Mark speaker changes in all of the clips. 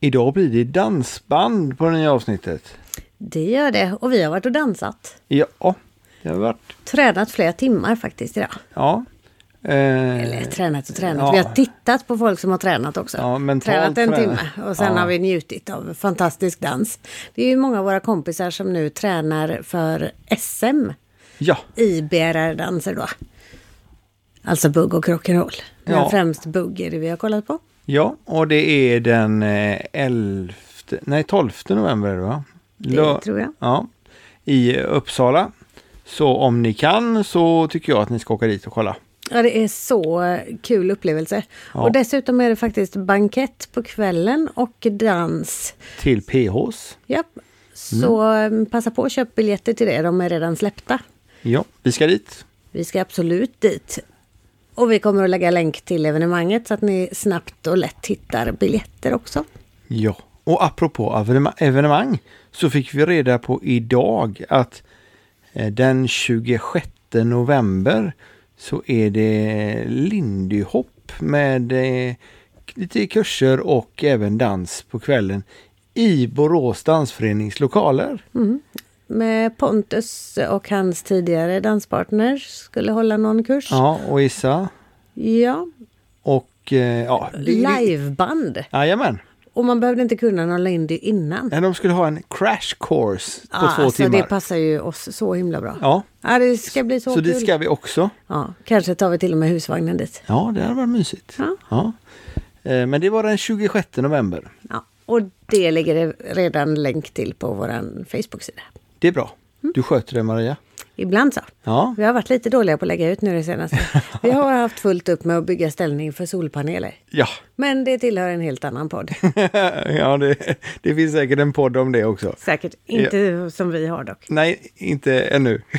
Speaker 1: Idag blir det dansband på det nya avsnittet.
Speaker 2: Det gör det. Och vi har varit och dansat.
Speaker 1: Ja, det har vi varit.
Speaker 2: Tränat flera timmar faktiskt idag.
Speaker 1: Ja. Eh,
Speaker 2: Eller tränat och tränat.
Speaker 1: ja.
Speaker 2: Vi har tittat på folk som har tränat också.
Speaker 1: Ja, mentalt
Speaker 2: tränat en
Speaker 1: tränat.
Speaker 2: timme och sen
Speaker 1: Ja.
Speaker 2: har vi njutit av fantastisk dans. Det är ju många av våra kompisar som nu tränar för SM
Speaker 1: ja,
Speaker 2: i BRR-danser då. Alltså bugg och rock'n'roll. Men
Speaker 1: Ja.
Speaker 2: främst bugg är det vi har kollat på.
Speaker 1: ja, och det är den eh, 11, nej 12 november va?
Speaker 2: Det
Speaker 1: Lö-
Speaker 2: tror jag.
Speaker 1: Ja, i Uppsala. Så om ni kan så tycker jag att ni ska åka dit och kolla.
Speaker 2: Ja, det är så eh, kul upplevelse.
Speaker 1: Ja.
Speaker 2: Och dessutom är det faktiskt bankett på kvällen och dans.
Speaker 1: Till PHs.
Speaker 2: Ja. Så
Speaker 1: Mm.
Speaker 2: eh, passa på att köpa biljetter till det, de är redan släppta.
Speaker 1: Ja, vi ska dit.
Speaker 2: Vi ska absolut dit. Och vi kommer att lägga länk till evenemanget så att ni snabbt och lätt hittar biljetter också.
Speaker 1: Ja, och apropå evenema- evenemang så fick vi reda på idag att eh, den 26 november så är det lindyhopp med eh, lite kurser och även dans på kvällen i Borås dansförenings lokaler.
Speaker 2: Mm. Med Pontus och hans tidigare danspartner skulle hålla någon kurs. Ja,
Speaker 1: Ja, och Issa. Och eh, ja,
Speaker 2: liveband.
Speaker 1: Jajamän.
Speaker 2: Och man behövde inte kunna någon lindy innan.
Speaker 1: Men De skulle ha en crash course på två
Speaker 2: alltså,
Speaker 1: timmar.
Speaker 2: Det passar ju oss så himla bra.
Speaker 1: ja,
Speaker 2: Ja, det ska bli så,
Speaker 1: så
Speaker 2: kul.
Speaker 1: det ska vi också.
Speaker 2: Ja, kanske tar vi till och med husvagnen dit.
Speaker 1: Ja, det hade varit mysigt.
Speaker 2: Ja.
Speaker 1: Ja. Eh, Men det var den 26 november.
Speaker 2: Ja, och det ligger det redan länk till på vår Facebook-sida.
Speaker 1: Det är bra. Du sköter det Maria.
Speaker 2: Ibland så.
Speaker 1: Ja,
Speaker 2: Vi har varit lite dåliga på att lägga ut nu det senaste. Vi har haft fullt upp med att bygga ställning för solpaneler.
Speaker 1: ja.
Speaker 2: Men det tillhör en helt annan podd.
Speaker 1: ja det, det finns säkert en podd om det också.
Speaker 2: Säkert inte som vi har dock.
Speaker 1: Nej, inte ännu.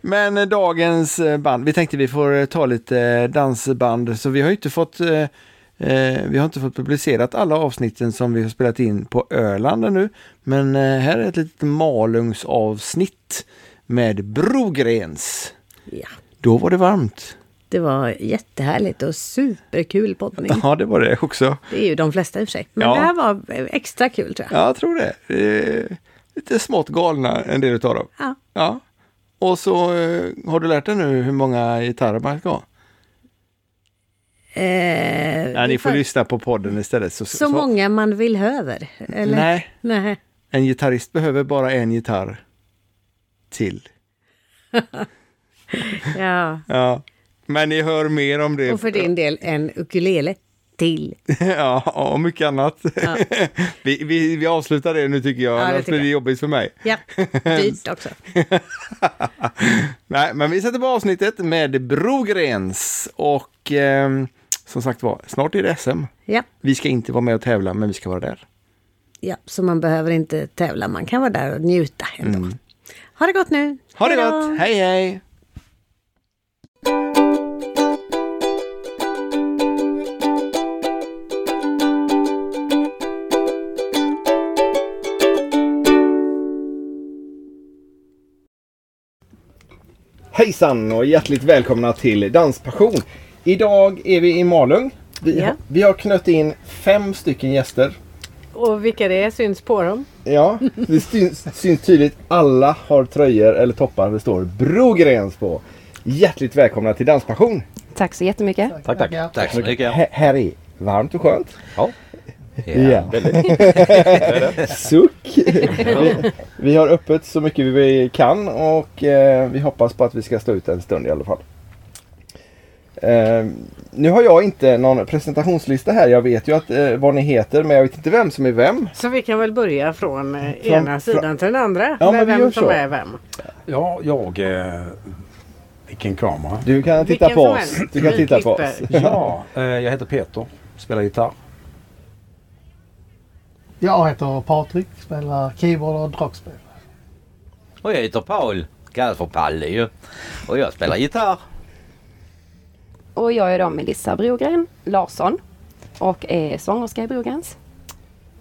Speaker 1: Men eh, dagens eh, band, vi tänkte vi får eh, ta lite eh, dansband. Så vi har ju inte fått, eh, eh, vi har inte fått publicerat alla avsnitten som vi har spelat in på Öland ännu. Men eh, här är ett litet Malungsavsnitt med Brogrens.
Speaker 2: Ja,
Speaker 1: Då var det varmt.
Speaker 2: det var jättehärligt och superkul poddning.
Speaker 1: Ja, det var det också.
Speaker 2: Det är ju de flesta i och för sig. Men
Speaker 1: Ja.
Speaker 2: det här var extra kul tror jag.
Speaker 1: Ja, jag tror det. Eh, Lite smått galna en del utav dem.
Speaker 2: Ja.
Speaker 1: Ja. Och så eh, har du lärt dig nu hur många gitarrer man ska ha?
Speaker 2: Eh,
Speaker 1: Ja, ni får
Speaker 2: för-
Speaker 1: lyssna på podden istället. Så,
Speaker 2: Så många man vill höver. Eller?
Speaker 1: Nej,
Speaker 2: Nej.
Speaker 1: en gitarrist behöver bara en gitarr till.
Speaker 2: Ja.
Speaker 1: Ja. Men ni hör mer om det.
Speaker 2: Och för din del en ukulele till.
Speaker 1: ja, och mycket annat. vi, vi, vi avslutar det nu tycker jag,
Speaker 2: det
Speaker 1: annars
Speaker 2: tycker
Speaker 1: blir det
Speaker 2: jag.
Speaker 1: jobbigt för mig.
Speaker 2: Ja, dyrt också.
Speaker 1: Nej, men vi sätter på avsnittet med Brogrens och ehm, som sagt var, snart är det SM.
Speaker 2: Ja.
Speaker 1: Vi ska inte vara med och tävla, men vi ska vara där.
Speaker 2: ja, så man behöver inte tävla. Man kan vara där och njuta ändå.
Speaker 3: Mm.
Speaker 2: Ha det gott nu!
Speaker 1: Ha det
Speaker 2: Hej då.
Speaker 1: gott! Hej hej! Hejsan och hjärtligt välkomna till Danspassion! Idag är vi i Malung. Vi,
Speaker 2: Ja.
Speaker 1: har- vi har knött in fem stycken gäster.
Speaker 2: Och vilka det är syns på dem.
Speaker 1: Ja, det syns, syns tydligt. Alla har tröjor eller toppar det står Brogrens på. Hjärtligt välkomna till Danspassion!
Speaker 4: Tack så jättemycket.
Speaker 5: Tack, tack. Tack så mycket.
Speaker 1: Här, här är varmt och skönt.
Speaker 5: Ja.
Speaker 1: Ja.
Speaker 5: Väldigt.
Speaker 1: Suck! Vi, vi har öppet så mycket vi kan och eh, vi hoppas på att vi ska stå ut en stund i alla fall. Eh, nu har jag inte någon presentationslista här. Jag vet ju att, eh, vad ni heter men jag vet inte vem som är vem.
Speaker 6: Så vi kan väl börja från eh,
Speaker 1: Från-
Speaker 6: ena sidan till den andra.
Speaker 1: Ja,
Speaker 6: med
Speaker 1: men vi gör
Speaker 6: vem som
Speaker 1: så.
Speaker 6: är vem.
Speaker 7: Ja, jag... Eh, vilken kamera.
Speaker 1: Du kan titta
Speaker 6: Vilken
Speaker 1: på
Speaker 6: som
Speaker 1: oss.
Speaker 6: helst.
Speaker 1: Du kan
Speaker 6: Vi
Speaker 1: titta på oss.
Speaker 6: klipper.
Speaker 7: Ja, eh, jag heter Peter. Spelar gitarr.
Speaker 8: Jag heter Patrik, spelar keyboard och dragspel.
Speaker 5: Och jag heter Paul. Kallas för Palle ju. Och jag spelar gitarr.
Speaker 4: Och jag är då Melissa Brogren Larsson och är sångerska i Brogrens.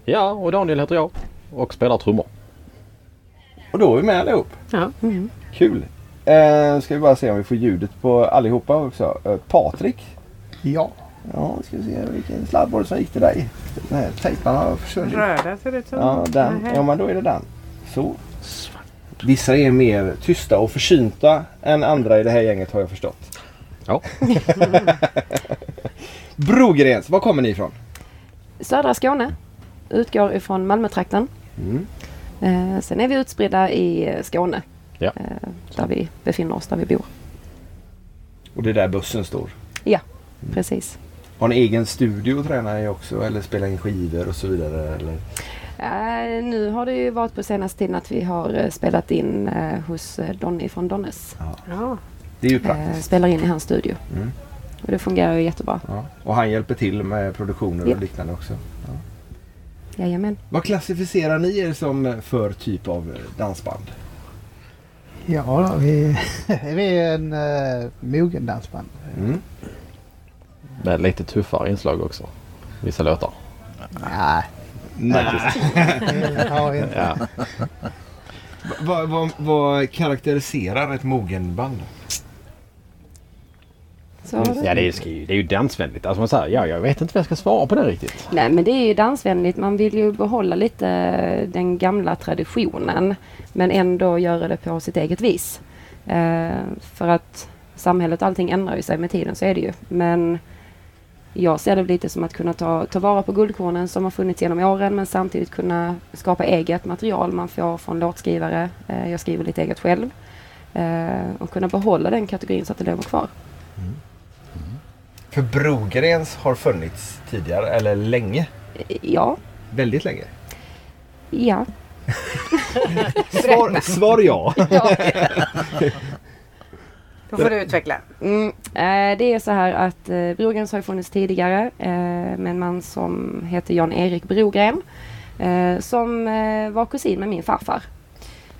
Speaker 5: Ja, och Daniel heter jag. Och spelar trummor.
Speaker 1: Och då är vi med allihop.
Speaker 6: Ja.
Speaker 1: Kul! Eh, ska vi bara se om vi får ljudet på allihopa också. Eh, Patrik,
Speaker 8: Ja,
Speaker 1: Ja, vi ska se vilken sladd var det som gick till dig. Den här tejpen har försvunnit.
Speaker 3: Röda ser det ut som.
Speaker 1: Ja, den.
Speaker 3: Nähä.
Speaker 1: Ja, men då är det den. Så. Vissa är mer tysta och försynta än andra i det här gänget har jag förstått.
Speaker 9: Ja.
Speaker 1: Brogrens, var kommer ni ifrån?
Speaker 4: Södra Skåne utgår ifrån Malmötrakten.
Speaker 1: Mm.
Speaker 4: Eh, sen är vi utspridda i eh, Skåne.
Speaker 9: Ja.
Speaker 4: Eh, där vi befinner oss, där vi bor.
Speaker 1: Och det är där bussen står.
Speaker 4: Precis.
Speaker 1: Har ni egen studio att träna i också eller spela in skivor och så vidare? Eller?
Speaker 4: Eh, nu har det ju varit på senaste tiden att vi har eh, spelat in eh, hos eh, Donny från Donnes.
Speaker 3: Ja.
Speaker 1: Det är ju
Speaker 4: Eh,
Speaker 1: praktiskt.
Speaker 4: spelar in i hans studio.
Speaker 1: Mm.
Speaker 4: Och det fungerar ju jättebra.
Speaker 1: Ja. Och han hjälper till med produktioner och
Speaker 4: Ja.
Speaker 1: liknande också.
Speaker 4: Jajamän.
Speaker 1: Vad klassificerar ni er som för typ av eh, dansband?
Speaker 8: Ja, då, vi, vi är en uh, mogen dansband.
Speaker 1: Mm.
Speaker 10: Med lite tuffare inslag också. Vissa låtar.
Speaker 8: Nej, det har vi inte.
Speaker 10: Ja.
Speaker 1: Vad, vad, vad karaktäriserar ett mogenband?
Speaker 4: Så, har det-
Speaker 10: ja, det är ju, skri- det är ju dansvänligt. Alltså man säger, ja, jag vet inte vad jag ska svara på det riktigt.
Speaker 4: Nej men det är ju dansvänligt. Man vill ju behålla lite eh, den gamla traditionen. Men ändå göra det på sitt eget vis. Eh, för att samhället och allting ändrar ju sig med tiden, så är det ju. Men jag ser det lite som att kunna ta, ta vara på guldkornen som har funnits genom åren men samtidigt kunna skapa eget material man får från låtskrivare. Eh, jag skriver lite eget själv. Eh, och kunna behålla den kategorin så att det lever kvar.
Speaker 1: För Brogrens har funnits tidigare, eller länge.
Speaker 4: Eh, Ja,
Speaker 1: Väldigt länge.
Speaker 4: ja.
Speaker 1: Svar, svar ja.
Speaker 3: Då får du utveckla.
Speaker 4: Mm, eh, det är så här att eh, Brogrens har ju funnits tidigare eh, med en man som heter Jan-Erik Brogren eh, som eh, var kusin med min farfar.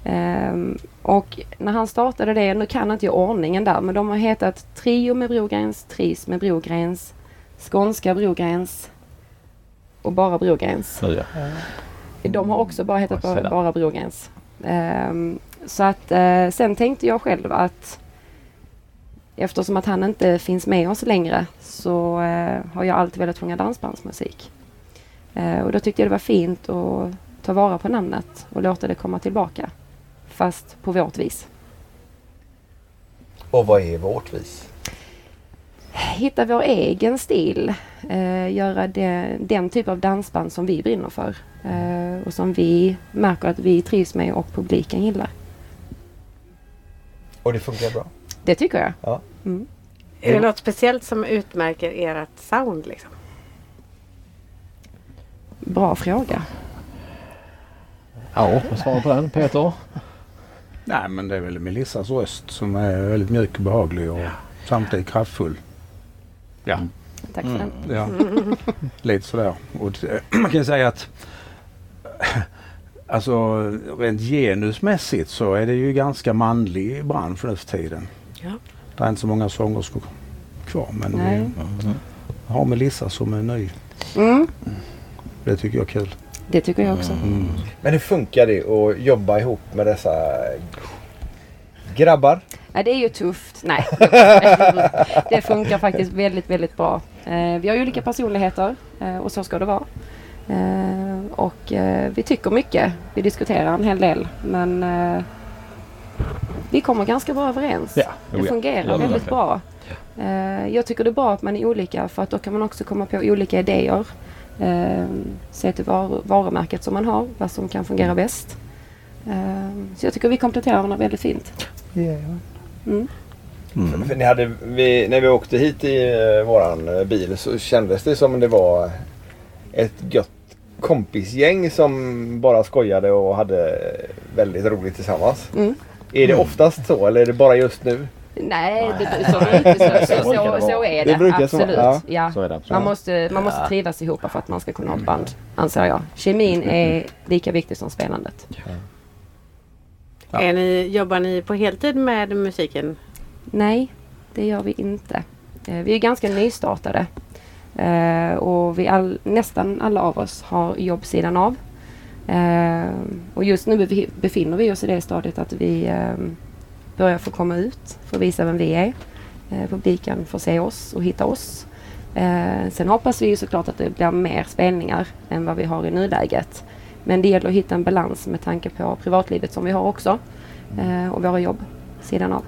Speaker 4: Ehm, och när han startade det, nu kan inte jag ordningen där, men de har hetat Trio med Brogrens, Tris med Brogrens, Skånska Brogrens och bara Brogrens.
Speaker 10: Nu, ja.
Speaker 4: De har också bara hetat
Speaker 10: Oj, se
Speaker 4: bara,
Speaker 10: där.
Speaker 4: bara Brogrens. Ehm, så att eh, sen tänkte jag själv att eftersom att han inte finns med oss längre så eh, har jag alltid velat sjunga dansbandsmusik. Eh, och då tyckte jag det var fint att ta vara på namnet och låta det komma tillbaka. Fast på vårt vis.
Speaker 1: Och vad är vårt vis?
Speaker 4: Hitta vår egen stil. Eh, göra det, den typ av dansband som vi brinner för. Eh, och som vi märker att vi trivs med och publiken gillar.
Speaker 1: Och det funkar bra.
Speaker 4: Det tycker jag.
Speaker 3: Är det något speciellt som utmärker ert sound? Liksom?
Speaker 4: Bra fråga.
Speaker 10: ja, vad svarar på den Peter?
Speaker 7: Nej men det är väl Melissas röst som är väldigt mjuk och behaglig och samtidigt kraftfull.
Speaker 4: Tack för den.
Speaker 7: Ja. Lite sådär. Och det, man kan ju säga att eh, alltså rent genusmässigt så är det ju ganska manlig bransch nu för tiden.
Speaker 3: Ja.
Speaker 7: Det är inte så många sångerskor kvar men
Speaker 4: Nej.
Speaker 7: vi har Melissa som är ny.
Speaker 4: Mm,
Speaker 7: Det tycker jag är kul.
Speaker 4: det tycker jag också.
Speaker 1: Men hur funkar det att jobba ihop med dessa grabbar?
Speaker 4: Ja, det är ju tufft. Nej. det funkar faktiskt väldigt, väldigt bra. Eh, vi har ju olika personligheter eh, och så ska det vara. Eh, och eh, vi tycker mycket. Vi diskuterar en hel del. Men eh, vi kommer ganska bra överens.
Speaker 10: Ja,
Speaker 4: Det
Speaker 10: oh ja.
Speaker 4: fungerar
Speaker 10: Ja, det
Speaker 4: väldigt
Speaker 10: verkar.
Speaker 4: bra. Eh, jag tycker det är bra att man är olika för att då kan man också komma på olika idéer. Eh, se till var- varumärket som man har, vad som kan fungera bäst. Eh, så jag tycker vi kompletterar varandra väldigt fint.
Speaker 8: Ja.
Speaker 1: För ni hade, vi, när vi åkte hit i eh, våran eh, bil så kändes det som det var ett gött kompisgäng som bara skojade och hade väldigt roligt tillsammans.
Speaker 4: Mm.
Speaker 1: Är det oftast så eller är det bara just nu?
Speaker 4: Nej, det, så, är det inte. så, så,
Speaker 10: brukar det vara.
Speaker 4: så, så är det.
Speaker 1: Det brukar så vara,
Speaker 4: absolut.
Speaker 1: ja.
Speaker 4: Ja.
Speaker 10: Så är det absolut.
Speaker 4: Man måste, man måste trivas ihop för att man ska kunna ha ett band, anser jag. Kemin
Speaker 10: Mm.
Speaker 4: är lika viktig som spelandet.
Speaker 3: Är ni, jobbar ni på heltid med musiken?
Speaker 4: Nej, det gör vi inte. Eh, Vi är ganska nystartade. Eh, och vi all, nästan alla av oss har jobb sidan av. Eh, och just nu befi- befinner vi oss i det stadiet att vi eh, börjar få komma ut, få visa vem vi är. Eh, publiken får se oss och hitta oss. Eh, sen hoppas vi ju såklart att det blir mer spelningar än vad vi har i nuläget. Men det gäller att hitta en balans med tanke på privatlivet som vi har också eh, och våra jobb sidan av.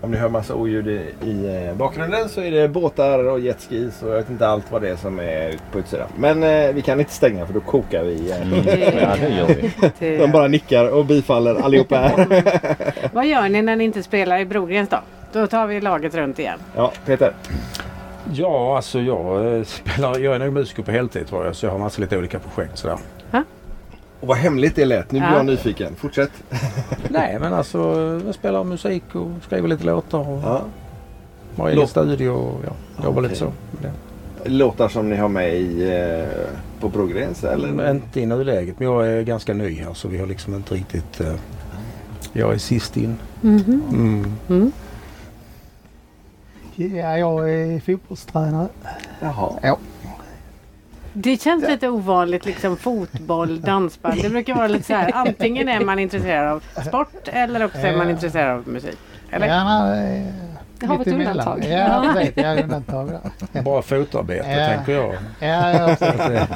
Speaker 1: Om ni hör massa oljud i, i eh, bakgrunden så är det båtar och jetskis och jag vet inte allt vad det är som är ute på utsidan. Men eh, vi kan inte stänga för då kokar vi. Eh.
Speaker 10: Ja, det gör vi.
Speaker 3: Eh, Mm.
Speaker 1: De bara nickar och bifaller allihopa här.
Speaker 3: Vad gör ni när ni inte spelar i Brogrens då? Då tar vi laget runt igen.
Speaker 1: Ja, Peter.
Speaker 7: Ja, alltså jag eh, spelar, jag är nog musiker på heltid tror jag. Så jag har massa lite olika projekt sådär.
Speaker 1: Och vad hemligt det lät. Nu blir
Speaker 3: Ja.
Speaker 1: jag nyfiken. Fortsätt.
Speaker 7: Nej, men alltså jag spelar musik och skriver lite låtar och
Speaker 1: Ja.
Speaker 7: har egen
Speaker 1: Låt-
Speaker 7: studio och ja, jobbar lite så.
Speaker 1: okej.
Speaker 7: med det.
Speaker 1: Låtar som ni har med i, eh, på Brogrens eller?
Speaker 7: Men Inte i nuläget, men jag är ganska ny här så vi har liksom inte riktigt... eh, jag är sist in. Mm.
Speaker 8: Ja, jag är fotbollstränare.
Speaker 1: Jaha.
Speaker 3: Det känns lite ovanligt liksom fotboll, dansband. Det brukar vara lite så här. Antingen är man intresserad av sport eller också är man
Speaker 8: Ja.
Speaker 3: intresserad av musik. Eller?
Speaker 8: Gärna eh,
Speaker 4: Det har vi ett
Speaker 8: mitt emellan.
Speaker 4: undantag.
Speaker 8: Ja, precis. Jag är undantag där.
Speaker 7: Bara fotarbete
Speaker 8: Ja.
Speaker 7: tänker jag.
Speaker 8: Ja, ja, precis.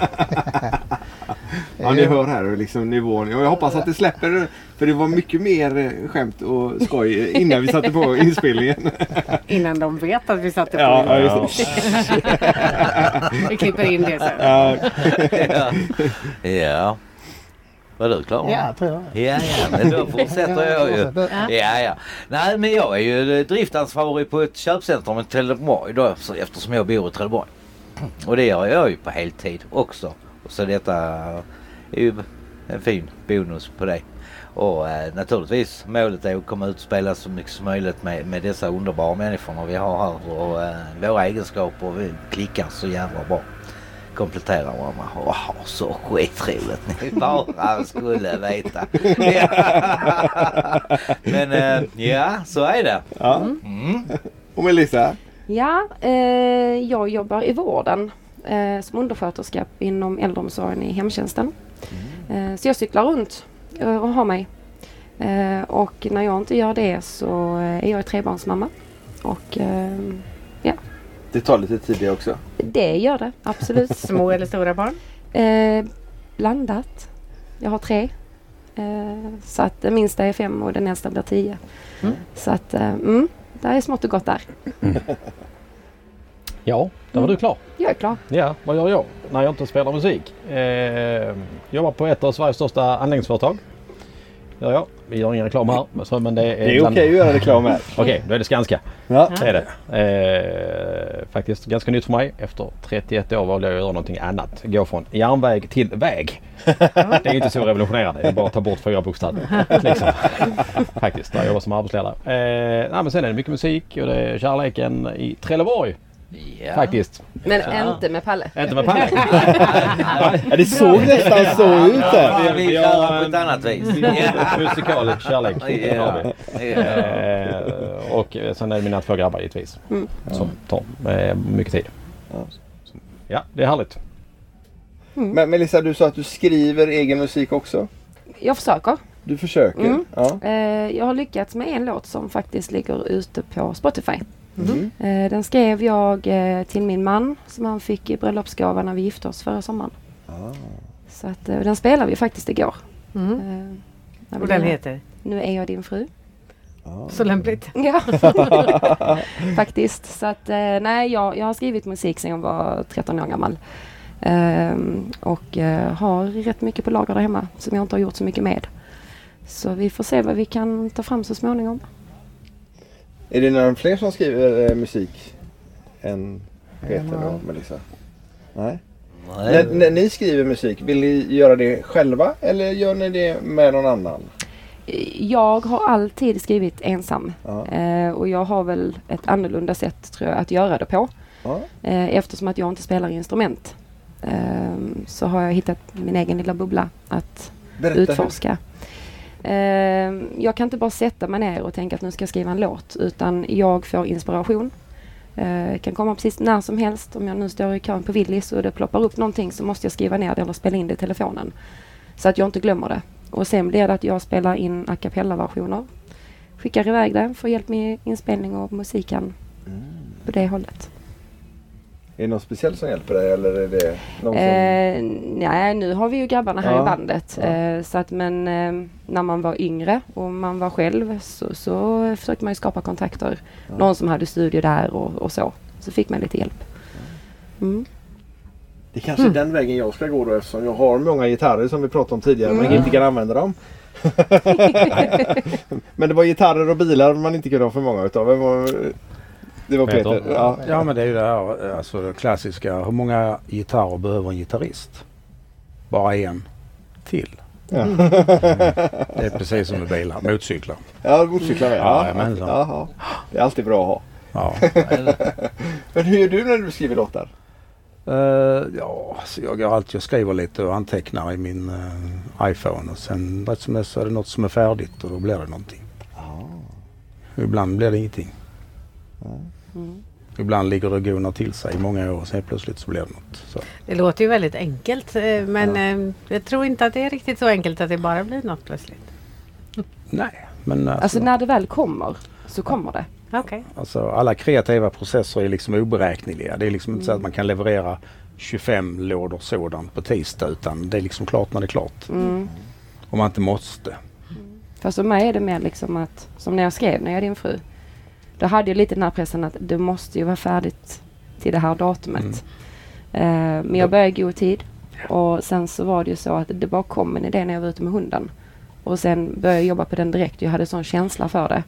Speaker 1: Ja, ni hör här hur liksom nivån. Jag hoppas att det släpper. För det var mycket mer eh, skämt och skoj innan vi satte på inspelningen.
Speaker 3: Innan de vet att vi satte på
Speaker 1: Ja,
Speaker 3: ja,
Speaker 1: just det.
Speaker 3: Vi klipper in det sen.
Speaker 1: Ja,
Speaker 9: Ja. ja. Var du klar?
Speaker 8: Ja, tror jag.
Speaker 9: Ja, ja, men då fortsätter jag ju.
Speaker 8: fortsätter.
Speaker 9: Ja, ja. Nej, men jag är ju driftansvarig på ett köpcentrum i Trelleborg då, så- eftersom jag bor i Trelleborg. Och det gör jag ju på heltid också. Så detta är ju en fin bonus på det. Och eh, naturligtvis målet är att komma ut och spela så mycket som möjligt med, med dessa underbara människorna vi har här. Och eh, våra egenskaper, vi klickar så jävla bra. Kompletterar varandra och har så skitroligt ni bara skulle veta. Men eh, ja, så är det.
Speaker 1: Ja.
Speaker 9: Mm.
Speaker 1: Och Melissa?
Speaker 4: Ja, eh, jag jobbar i vården eh, som undersköterska inom äldreomsorgen i hemtjänsten. Eh, så jag cyklar runt eh, och har mig. Eh, och när jag inte gör det så eh, är jag trebarnsmamma. Och eh,
Speaker 1: Det tar lite tid det också.
Speaker 4: det gör det absolut.
Speaker 3: Små eller stora barn?
Speaker 4: eh, blandat. Jag har tre. Eh, så att den minsta är fem och den äldsta blir tio. Så att, eh, mm, det är smått och gott där.
Speaker 10: Ja, där var du klar.
Speaker 4: Jag är klar.
Speaker 10: Ja, vad gör jag när jag inte spelar musik? Eh, jobbar på ett av Sveriges största anläggningsföretag. Gör jag. Vi gör ingen reklam här. men så- Men det är,
Speaker 1: Det är okej
Speaker 10: bland-
Speaker 1: att göra reklam här.
Speaker 10: Okej, då är det Skanska.
Speaker 1: Ja.
Speaker 10: Det är det. Eh, faktiskt ganska nytt för mig. Efter 31 år valde jag att göra någonting annat. Gå från järnväg till väg. Det är inte så revolutionerande. Det är bara att ta bort fyra bokstäver. Liksom. Faktiskt, där jag jobbar som arbetsledare. Eh, nej, men sen är det mycket musik och det är kärleken i Trelleborg
Speaker 9: Ja.
Speaker 10: faktiskt.
Speaker 4: Men inte med Palle.
Speaker 10: Inte med Palle.
Speaker 1: Ja, det såg nästan så ut där.
Speaker 9: Ja, vi gör på ett annat vis. Ja.
Speaker 10: Musikalisk kärlek. Det har vi.
Speaker 9: Ja. Ja.
Speaker 10: Eh, och eh, sen är det mina två grabbar givetvis. Som tar eh, mycket tid. Ja, det är härligt.
Speaker 1: Men Melissa, du sa att du skriver egen musik också.
Speaker 4: Jag försöker.
Speaker 1: Du försöker.
Speaker 4: Mm.
Speaker 1: Ja.
Speaker 4: Eh, jag har lyckats med en låt som faktiskt ligger ute på Spotify.
Speaker 3: Mm.
Speaker 4: Eh, den skrev jag eh, till min man som han fick i bröllopsgåva när vi gifte oss förra sommaren. Så att, eh, den spelade vi faktiskt igår.
Speaker 3: Mm.
Speaker 4: Eh, när vi
Speaker 3: Och den
Speaker 4: lirade.
Speaker 3: heter?
Speaker 4: Nu är jag din fru.
Speaker 3: Så lämpligt.
Speaker 4: Ja, faktiskt. Så att, eh, nej, jag, jag har skrivit musik sedan jag var 13 år gammal. Ehm, och eh, har rätt mycket på lager där hemma som jag inte har gjort så mycket med. Så vi får se vad vi kan ta fram så småningom.
Speaker 1: Är det någon fler som skriver eh, musik än Peter och Melissa? Nej. När, när ni skriver musik, vill ni göra det själva eller gör ni det med någon annan?
Speaker 4: Jag har alltid skrivit ensam.
Speaker 1: Ja.
Speaker 4: Eh, och jag har väl ett annorlunda sätt tror jag att göra det på.
Speaker 1: Ja.
Speaker 4: Eh, eftersom att jag inte spelar instrument. Eh, så har jag hittat min egen lilla bubbla att
Speaker 1: Berätta.
Speaker 4: utforska. Eh, jag kan inte bara sätta mig ner och tänka att nu ska jag skriva en låt utan jag får inspiration. Eh, kan komma precis när som helst. Om jag nu står i kön på Willys och det ploppar upp någonting så måste jag skriva ner det eller spela in det i telefonen. Så att jag inte glömmer det. Och sen blir det att jag spelar in a cappella-versioner. Skickar iväg det, får hjälp med inspelning och musiken på det hållet.
Speaker 1: Är det någon speciell som hjälper dig eller är det någon som...
Speaker 4: Eh, nej, nu har vi ju grabbarna här
Speaker 1: Ja.
Speaker 4: i bandet.
Speaker 1: Ja.
Speaker 4: Eh, så att, men eh, när man var yngre och man var själv så, så försökte man ju skapa kontakter.
Speaker 1: Ja.
Speaker 4: Någon som hade studio där och, och så. Så fick man lite hjälp. Mm.
Speaker 1: Det är kanske är den vägen jag ska gå då eftersom jag har många gitarrer som vi pratade om tidigare men
Speaker 4: Mm.
Speaker 1: inte kan använda dem. men det var gitarrer och bilar man inte kunde ha för många utav. Vem var- Det var
Speaker 10: Peter.
Speaker 1: Peter. Ja.
Speaker 7: Ja men det är ju det här eh, alltså det klassiska. Hur många gitarrer behöver en gitarrist? Bara en till. Mm.
Speaker 1: Ja.
Speaker 7: Det är precis som med bilar, motorcyklar.
Speaker 1: Ja, motorcyklar är det.
Speaker 7: Ja,
Speaker 1: ja,
Speaker 7: jajamensan.
Speaker 1: Jaha. Det är alltid bra att ha.
Speaker 7: Ja.
Speaker 1: Men hur gör du när du skriver låtar?
Speaker 7: Eh, ja, så jag går alltid och skriver lite och antecknar i min eh, iPhone och sen rätt som det är så är det något som är färdigt och då blir det någonting. Ibland blir det ingenting.
Speaker 4: Mm.
Speaker 7: Ibland ligger det och gonar till sig i många år och sen plötsligt så blir det något. Så.
Speaker 3: Det låter ju väldigt enkelt eh, men eh, jag tror inte att det är riktigt så enkelt att det bara blir något plötsligt.
Speaker 7: Nej, men alltså,
Speaker 4: Alltså när det väl kommer så kommer det.
Speaker 3: Okej.
Speaker 7: Alltså alla kreativa processer är liksom oberäkneliga. Det är liksom inte så att man kan leverera 25 lådor sådant på tisdag utan det är liksom klart när det är klart.
Speaker 4: Mm.
Speaker 7: Om man inte måste.
Speaker 4: Fast för mig är det mer liksom att, som när jag skrev När jag är din fru. Då hade jag lite den här pressen att det måste ju vara färdigt till det här datumet. Eh, men jag började i god tid. Och sen så var det ju så att det bara kom en idé när jag var ute med hunden. Och sen började jag jobba på den direkt. Jag hade sån känsla för det.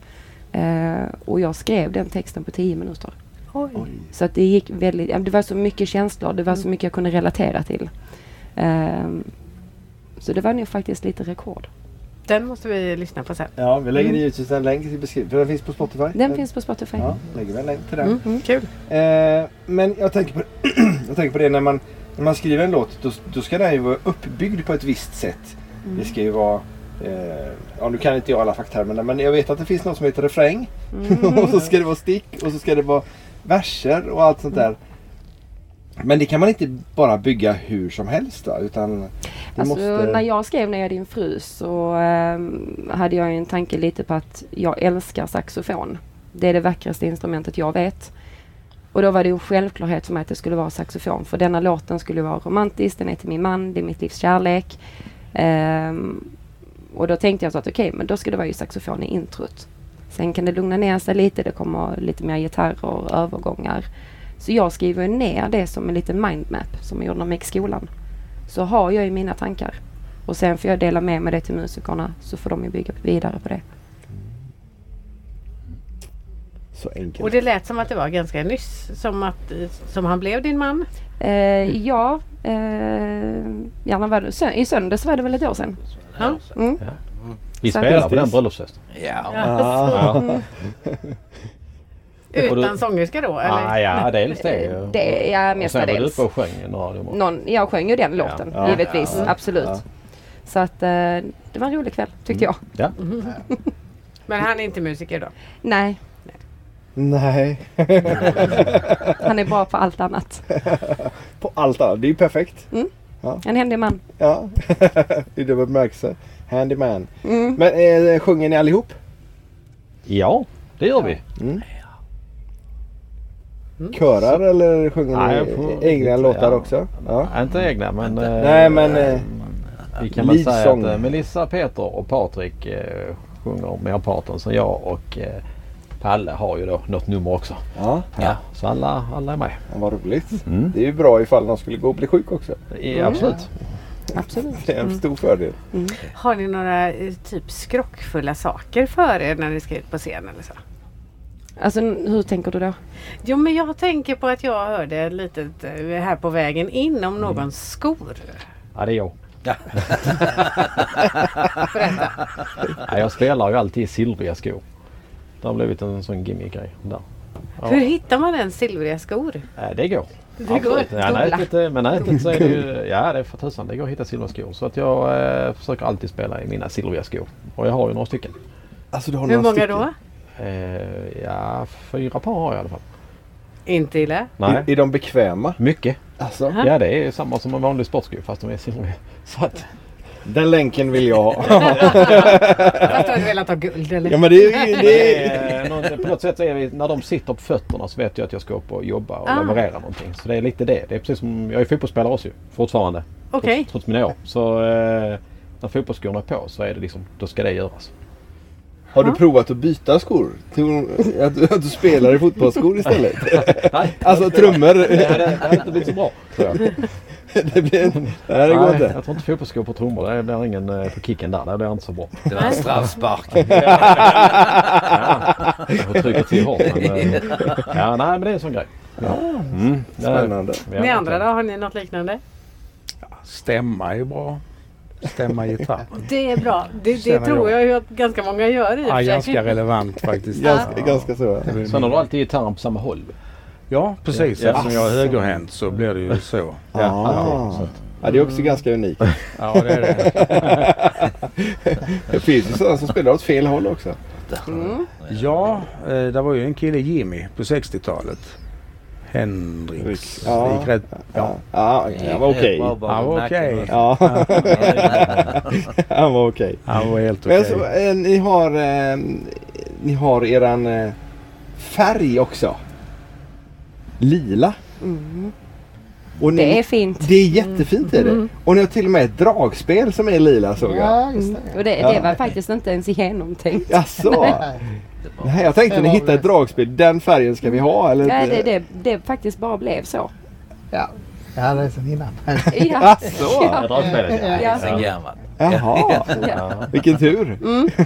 Speaker 4: Eh, och jag skrev den texten på 10 minuter.
Speaker 3: Oj.
Speaker 4: Så att det gick väldigt, ja, det var så mycket känslor, det var så mycket jag kunde relatera till. Eh, så det var nog faktiskt lite rekord.
Speaker 3: Den måste vi lyssna på sen.
Speaker 1: Ja, vi lägger givetvis en länk i beskrivningen. För den finns på Spotify.
Speaker 4: Den finns Mm. på Spotify.
Speaker 1: Ja, lägger vi en länk till den.
Speaker 10: Mm.
Speaker 3: Kul.
Speaker 1: Eh, men jag tänker på, jag tänker på det när man, när man skriver en låt då, då ska den ju vara uppbyggd på ett visst sätt.
Speaker 4: Mm.
Speaker 1: Det ska ju vara eh, Ja, nu kan inte jag alla facktermerna men jag vet att det finns något som heter refräng.
Speaker 4: Mm.
Speaker 1: och så ska det vara stick och så ska det vara verser och allt sånt där. Men det kan man inte bara bygga hur som helst va? Utan det
Speaker 4: Alltså,
Speaker 1: måste...
Speaker 4: När jag skrev När jag är din fru så ehm, hade jag ju en tanke lite på att jag älskar saxofon. Det är det vackraste instrumentet jag vet. Och då var det ju en självklarhet för mig att det skulle vara saxofon. För denna låten skulle vara romantisk, den är till min man, det är mitt livs kärlek. Ehm, och då tänkte jag så att okej, men då ska det vara ju saxofon i introt. Sen kan det lugna ner sig lite, det kommer lite mer gitarrer och övergångar. Så jag skriver ner det som en liten mindmap som jag gjorde när jag gick i skolan så har jag ju mina tankar. Och sen får jag dela med mig det till musikerna så får de ju bygga vidare på det.
Speaker 1: Så
Speaker 3: Och
Speaker 1: enkelt.
Speaker 3: det lät som att det var ganska nyss som, att, eh, som han blev din man.
Speaker 4: Eh, ja, eh, gärna var det, sö- i söndags var det väl ett år sedan.
Speaker 3: Ja.
Speaker 4: Mm.
Speaker 10: Vi
Speaker 4: Så-
Speaker 10: spelar på den bröllopsfesten.
Speaker 9: Ja.
Speaker 1: Ah,
Speaker 10: Ja. Och
Speaker 3: Utan
Speaker 10: du-
Speaker 3: sångerska då? Eller?
Speaker 10: Ah, ja, dels det.
Speaker 4: Det är
Speaker 10: Och sen var du
Speaker 4: mestadels.
Speaker 10: uppe och sjöng några nummer.
Speaker 4: Någon, jag sjöng ju den låten
Speaker 1: Ja.
Speaker 4: givetvis,
Speaker 1: Ja.
Speaker 4: absolut.
Speaker 1: Ja.
Speaker 4: Så att eh, det var en rolig kväll tyckte jag.
Speaker 10: Ja.
Speaker 3: Men han är inte musiker då?
Speaker 4: Nej,
Speaker 1: Nej,
Speaker 4: han är bra på allt annat.
Speaker 1: på allt annat. Det är ju perfekt.
Speaker 3: Mm.
Speaker 4: En händig man.
Speaker 1: Ja, i dubbel bemärkelse. Handyman.
Speaker 4: Mm.
Speaker 1: Men eh, sjunger ni allihop?
Speaker 10: ja, det gör vi.
Speaker 1: Körar eller sjunger
Speaker 10: Nej,
Speaker 1: ni
Speaker 10: på-
Speaker 1: egna
Speaker 10: lite,
Speaker 1: låtar
Speaker 10: ja.
Speaker 1: också? Ja.
Speaker 10: Inte egna men... eh,
Speaker 1: Nej, men, eh,
Speaker 10: vi kan väl säga
Speaker 1: livsång.
Speaker 10: att eh, Melissa, Peter och Patrik eh, sjunger merparten. Så jag och eh, Palle har ju då något nummer också.
Speaker 1: ja.
Speaker 10: Ja. Så alla, alla är med.
Speaker 1: Vad roligt. Det är ju bra ifall någon skulle gå och bli sjuk också.
Speaker 10: I, Absolut.
Speaker 4: Absolut.
Speaker 1: Det är
Speaker 3: Mm.
Speaker 1: en stor fördel.
Speaker 3: Har ni några eh, typ skrockfulla saker för er när ni ska ut på scen eller så?
Speaker 4: Alltså n- hur tänker du då?
Speaker 3: Jo men jag tänker på att jag hörde lite här på vägen in
Speaker 10: Mm.
Speaker 3: om någons skor.
Speaker 10: Ja, det är jag. ja, jag spelar ju alltid i silvriga skor. Det har blivit en sån gimmick-grej. där. Ja.
Speaker 3: Hur hittar man ens silvriga skor?
Speaker 10: Eh, Det går.
Speaker 3: Det
Speaker 10: Absolut.
Speaker 3: går.
Speaker 10: Ja,
Speaker 4: Googla.
Speaker 10: nätet, eh, med nätet så är det ju, ja det är för tusan, det går att hitta silverskor. Så att jag eh, försöker alltid spela i mina silvriga skor. Och jag har ju några stycken.
Speaker 1: Alltså, du har
Speaker 3: Hur
Speaker 1: några
Speaker 3: många då?
Speaker 10: Eh, ja, fyra par har jag i alla fall.
Speaker 3: Inte illa.
Speaker 10: Nej.
Speaker 1: Är, är de bekväma?
Speaker 10: Mycket.
Speaker 1: Alltså.
Speaker 10: Ja det är samma som en vanlig sportsko fast de är silvriga. Så att
Speaker 1: Den länken vill jag ha.
Speaker 3: Fast du hade velat ha guld eller?
Speaker 1: ja men det är ju... Det är...
Speaker 10: Eh, någon- på något sätt så är vi, när de sitter på fötterna så vet jag att jag ska upp och jobba och
Speaker 3: Ah.
Speaker 10: leverera någonting. Så det är lite det. Det är precis som, jag är fotbollsspelare också ju, fortfarande.
Speaker 3: Okej.
Speaker 10: Trots, trots mina år. Så eh, när fotbollsskorna är på så är det liksom, då ska det göras.
Speaker 1: Har du provat att byta skor? Till, att, du- att du spelar i fotbollsskor istället?
Speaker 10: Nej,
Speaker 1: Alltså trummor.
Speaker 10: det hade, det hade inte blivit så bra. tror jag.
Speaker 1: Det blir en... Nej det går
Speaker 10: Nej,
Speaker 1: inte.
Speaker 10: jag tror inte fotbollsskor på trummor. Det blir ingen eh, på kicken där. Det blir inte så bra.
Speaker 9: Det var en straffspark.
Speaker 10: Jag trycker till hårt. Men, eh, ja, nej, men det är en sån grej. Mm, det-
Speaker 1: Spännande.
Speaker 10: vi
Speaker 3: Ni
Speaker 10: har-
Speaker 3: andra då, har ni något liknande?
Speaker 7: Stämma är bra. Stämma gitarr.
Speaker 3: Det är bra. Det, det
Speaker 7: Känner
Speaker 3: tror
Speaker 7: jag.
Speaker 3: jag ju att ganska många gör i och
Speaker 7: Ja,
Speaker 3: för sig.
Speaker 7: ganska relevant faktiskt.
Speaker 1: Ganska, ganska så.
Speaker 7: Det blir-
Speaker 10: Sen har du alltid gitarren på samma håll.
Speaker 7: Ja, precis.
Speaker 10: Ja.
Speaker 7: Eftersom jag är högerhänt så blir det ju så.
Speaker 1: Ah. Ja, det är också ganska unikt.
Speaker 7: Ja, det är det.
Speaker 1: Det finns ju sådana som spelar åt fel håll också.
Speaker 7: Ja, eh, det var ju en kille, Jimmy, på 60-talet. Henriks.
Speaker 1: Ja.
Speaker 7: Det gick rätt... Ja.
Speaker 1: Ja, han var okej.
Speaker 7: Han var okej.
Speaker 1: Ja, han var okej.
Speaker 7: Han var helt
Speaker 1: Men
Speaker 7: okej.
Speaker 1: alltså, eh, ni har, eh, ni har eran eh, färg också. Lila. Och ni,
Speaker 4: Mm. Det är fint. Mm.
Speaker 1: det är jättefint är det. Och ni har till och med ett dragspel som är lila såg jag.
Speaker 8: Ja, just det.
Speaker 4: Och det, det var faktiskt inte ens genomtänkt.
Speaker 1: Jaså?
Speaker 8: Nej.
Speaker 1: Nej, jag tänkte ni hittade ett dragspel. Den färgen ska vi ha. Eller?
Speaker 4: Nej, det, det, det faktiskt bara blev så.
Speaker 8: Ja. Jag hade det sedan innan.
Speaker 4: Ja.
Speaker 1: Jaså?
Speaker 10: Jag drar spelet.
Speaker 8: Ja.
Speaker 4: Ja.
Speaker 9: Sen gammal.
Speaker 1: Jaha,
Speaker 4: Ja.
Speaker 1: vilken tur.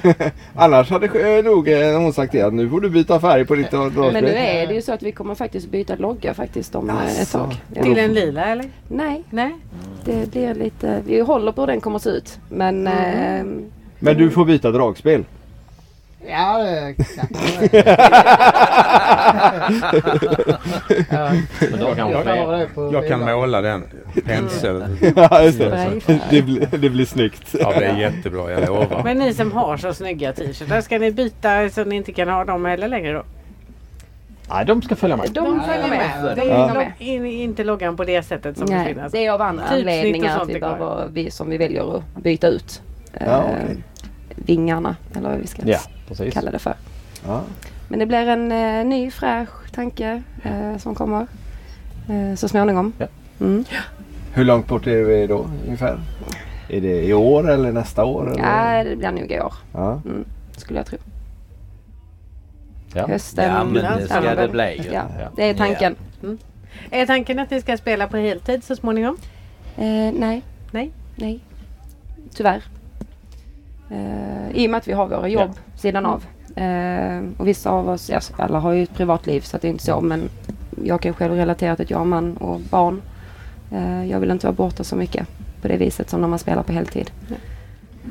Speaker 1: Annars hade eh, nog eh, hon sagt det att nu får du byta färg på ditt dragspel.
Speaker 4: Men nu är det ju så att vi kommer faktiskt byta logga faktiskt om eh, ett tag. Ja.
Speaker 3: Till en lila eller?
Speaker 4: Nej,
Speaker 3: Nej?
Speaker 4: det blir lite... Vi håller på hur den kommer se ut. Men
Speaker 3: Mm.
Speaker 4: eh,
Speaker 1: Men du får byta dragspel.
Speaker 8: Ja, det kanske ja,
Speaker 10: Men då kan
Speaker 8: jag,
Speaker 10: man
Speaker 8: klarar det på
Speaker 7: Jag kan
Speaker 8: bilar.
Speaker 7: måla den. Pensel.
Speaker 1: Ja, just det.
Speaker 4: sprayfärg.
Speaker 1: Det, blir, det blir snyggt.
Speaker 7: Ja, det är jättebra. Jag lovar.
Speaker 3: Men ni som har så snygga t-shirtar, ska ni byta så att ni inte kan ha dem heller längre då?
Speaker 10: Nej, de ska följa med.
Speaker 4: de följer med.
Speaker 3: Det är
Speaker 4: Ja.
Speaker 3: log- in, inte loggan på det sättet som
Speaker 4: Nej,
Speaker 3: försvinner.
Speaker 4: det är av andra
Speaker 3: Typsnitt och
Speaker 4: anledningar
Speaker 3: sånt
Speaker 4: att vi
Speaker 3: är kvar.
Speaker 4: behöver, vi, som vi väljer att byta ut eh,
Speaker 1: Ja, okej.
Speaker 4: vingarna eller vad vi ska
Speaker 10: Ja, precis.
Speaker 4: kalla det för.
Speaker 1: Ja.
Speaker 4: Men det blir en eh, ny fräsch tanke eh, som kommer eh, så småningom.
Speaker 10: Ja.
Speaker 4: Mm.
Speaker 1: Hur långt bort är vi då ungefär? Är det i år eller nästa år? Eller?
Speaker 4: Ja, det blir nog i år
Speaker 1: Ja.
Speaker 4: skulle jag tro.
Speaker 10: Ja.
Speaker 4: Hösten.
Speaker 9: Ja men det ska
Speaker 4: november.
Speaker 9: det bli ju.
Speaker 4: Ja, det är tanken.
Speaker 3: Är tanken att ni ska spela på heltid så småningom?
Speaker 4: Eh, nej.
Speaker 3: Nej.
Speaker 4: Nej. Tyvärr. Eh, I och med att vi har våra jobb sidan av. Eh, och vissa av oss, alltså, alla har ju ett privatliv så att det är inte så men jag kan själv relatera till att jag har man och barn. Eh, jag vill inte vara borta så mycket på det viset som när man spelar på heltid.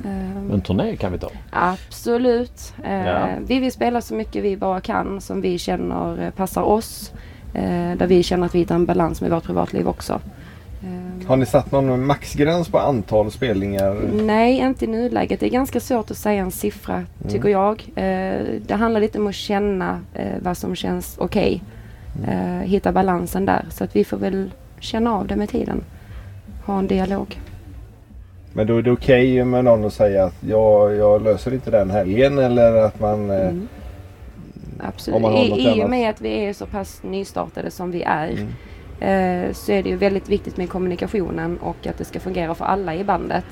Speaker 4: Eh,
Speaker 10: En turné kan vi ta.
Speaker 4: Absolut. Eh,
Speaker 10: Ja.
Speaker 4: Vi vill spela så mycket vi bara kan som vi känner eh, passar oss. Eh, där vi känner att vi hittar en balans med vårt privatliv också. Eh,
Speaker 1: Har ni satt någon maxgräns på antal spelningar?
Speaker 4: Nej, inte i nuläget. Det är ganska svårt att säga en siffra, tycker jag. Eh, det handlar lite om att känna eh, vad som känns okej. Eh, hitta balansen där. Så att vi får väl känna av det med tiden. Ha en dialog.
Speaker 1: Men då är det okej med någon att säga att jag, jag löser inte den helgen eller att man... eh, Om
Speaker 4: Absolut.
Speaker 1: man har något
Speaker 4: I, I
Speaker 1: annat.
Speaker 4: och med att vi är så pass nystartade som vi är
Speaker 1: Mm.
Speaker 4: eh, så är det ju väldigt viktigt med kommunikationen och att det ska fungera för alla i bandet.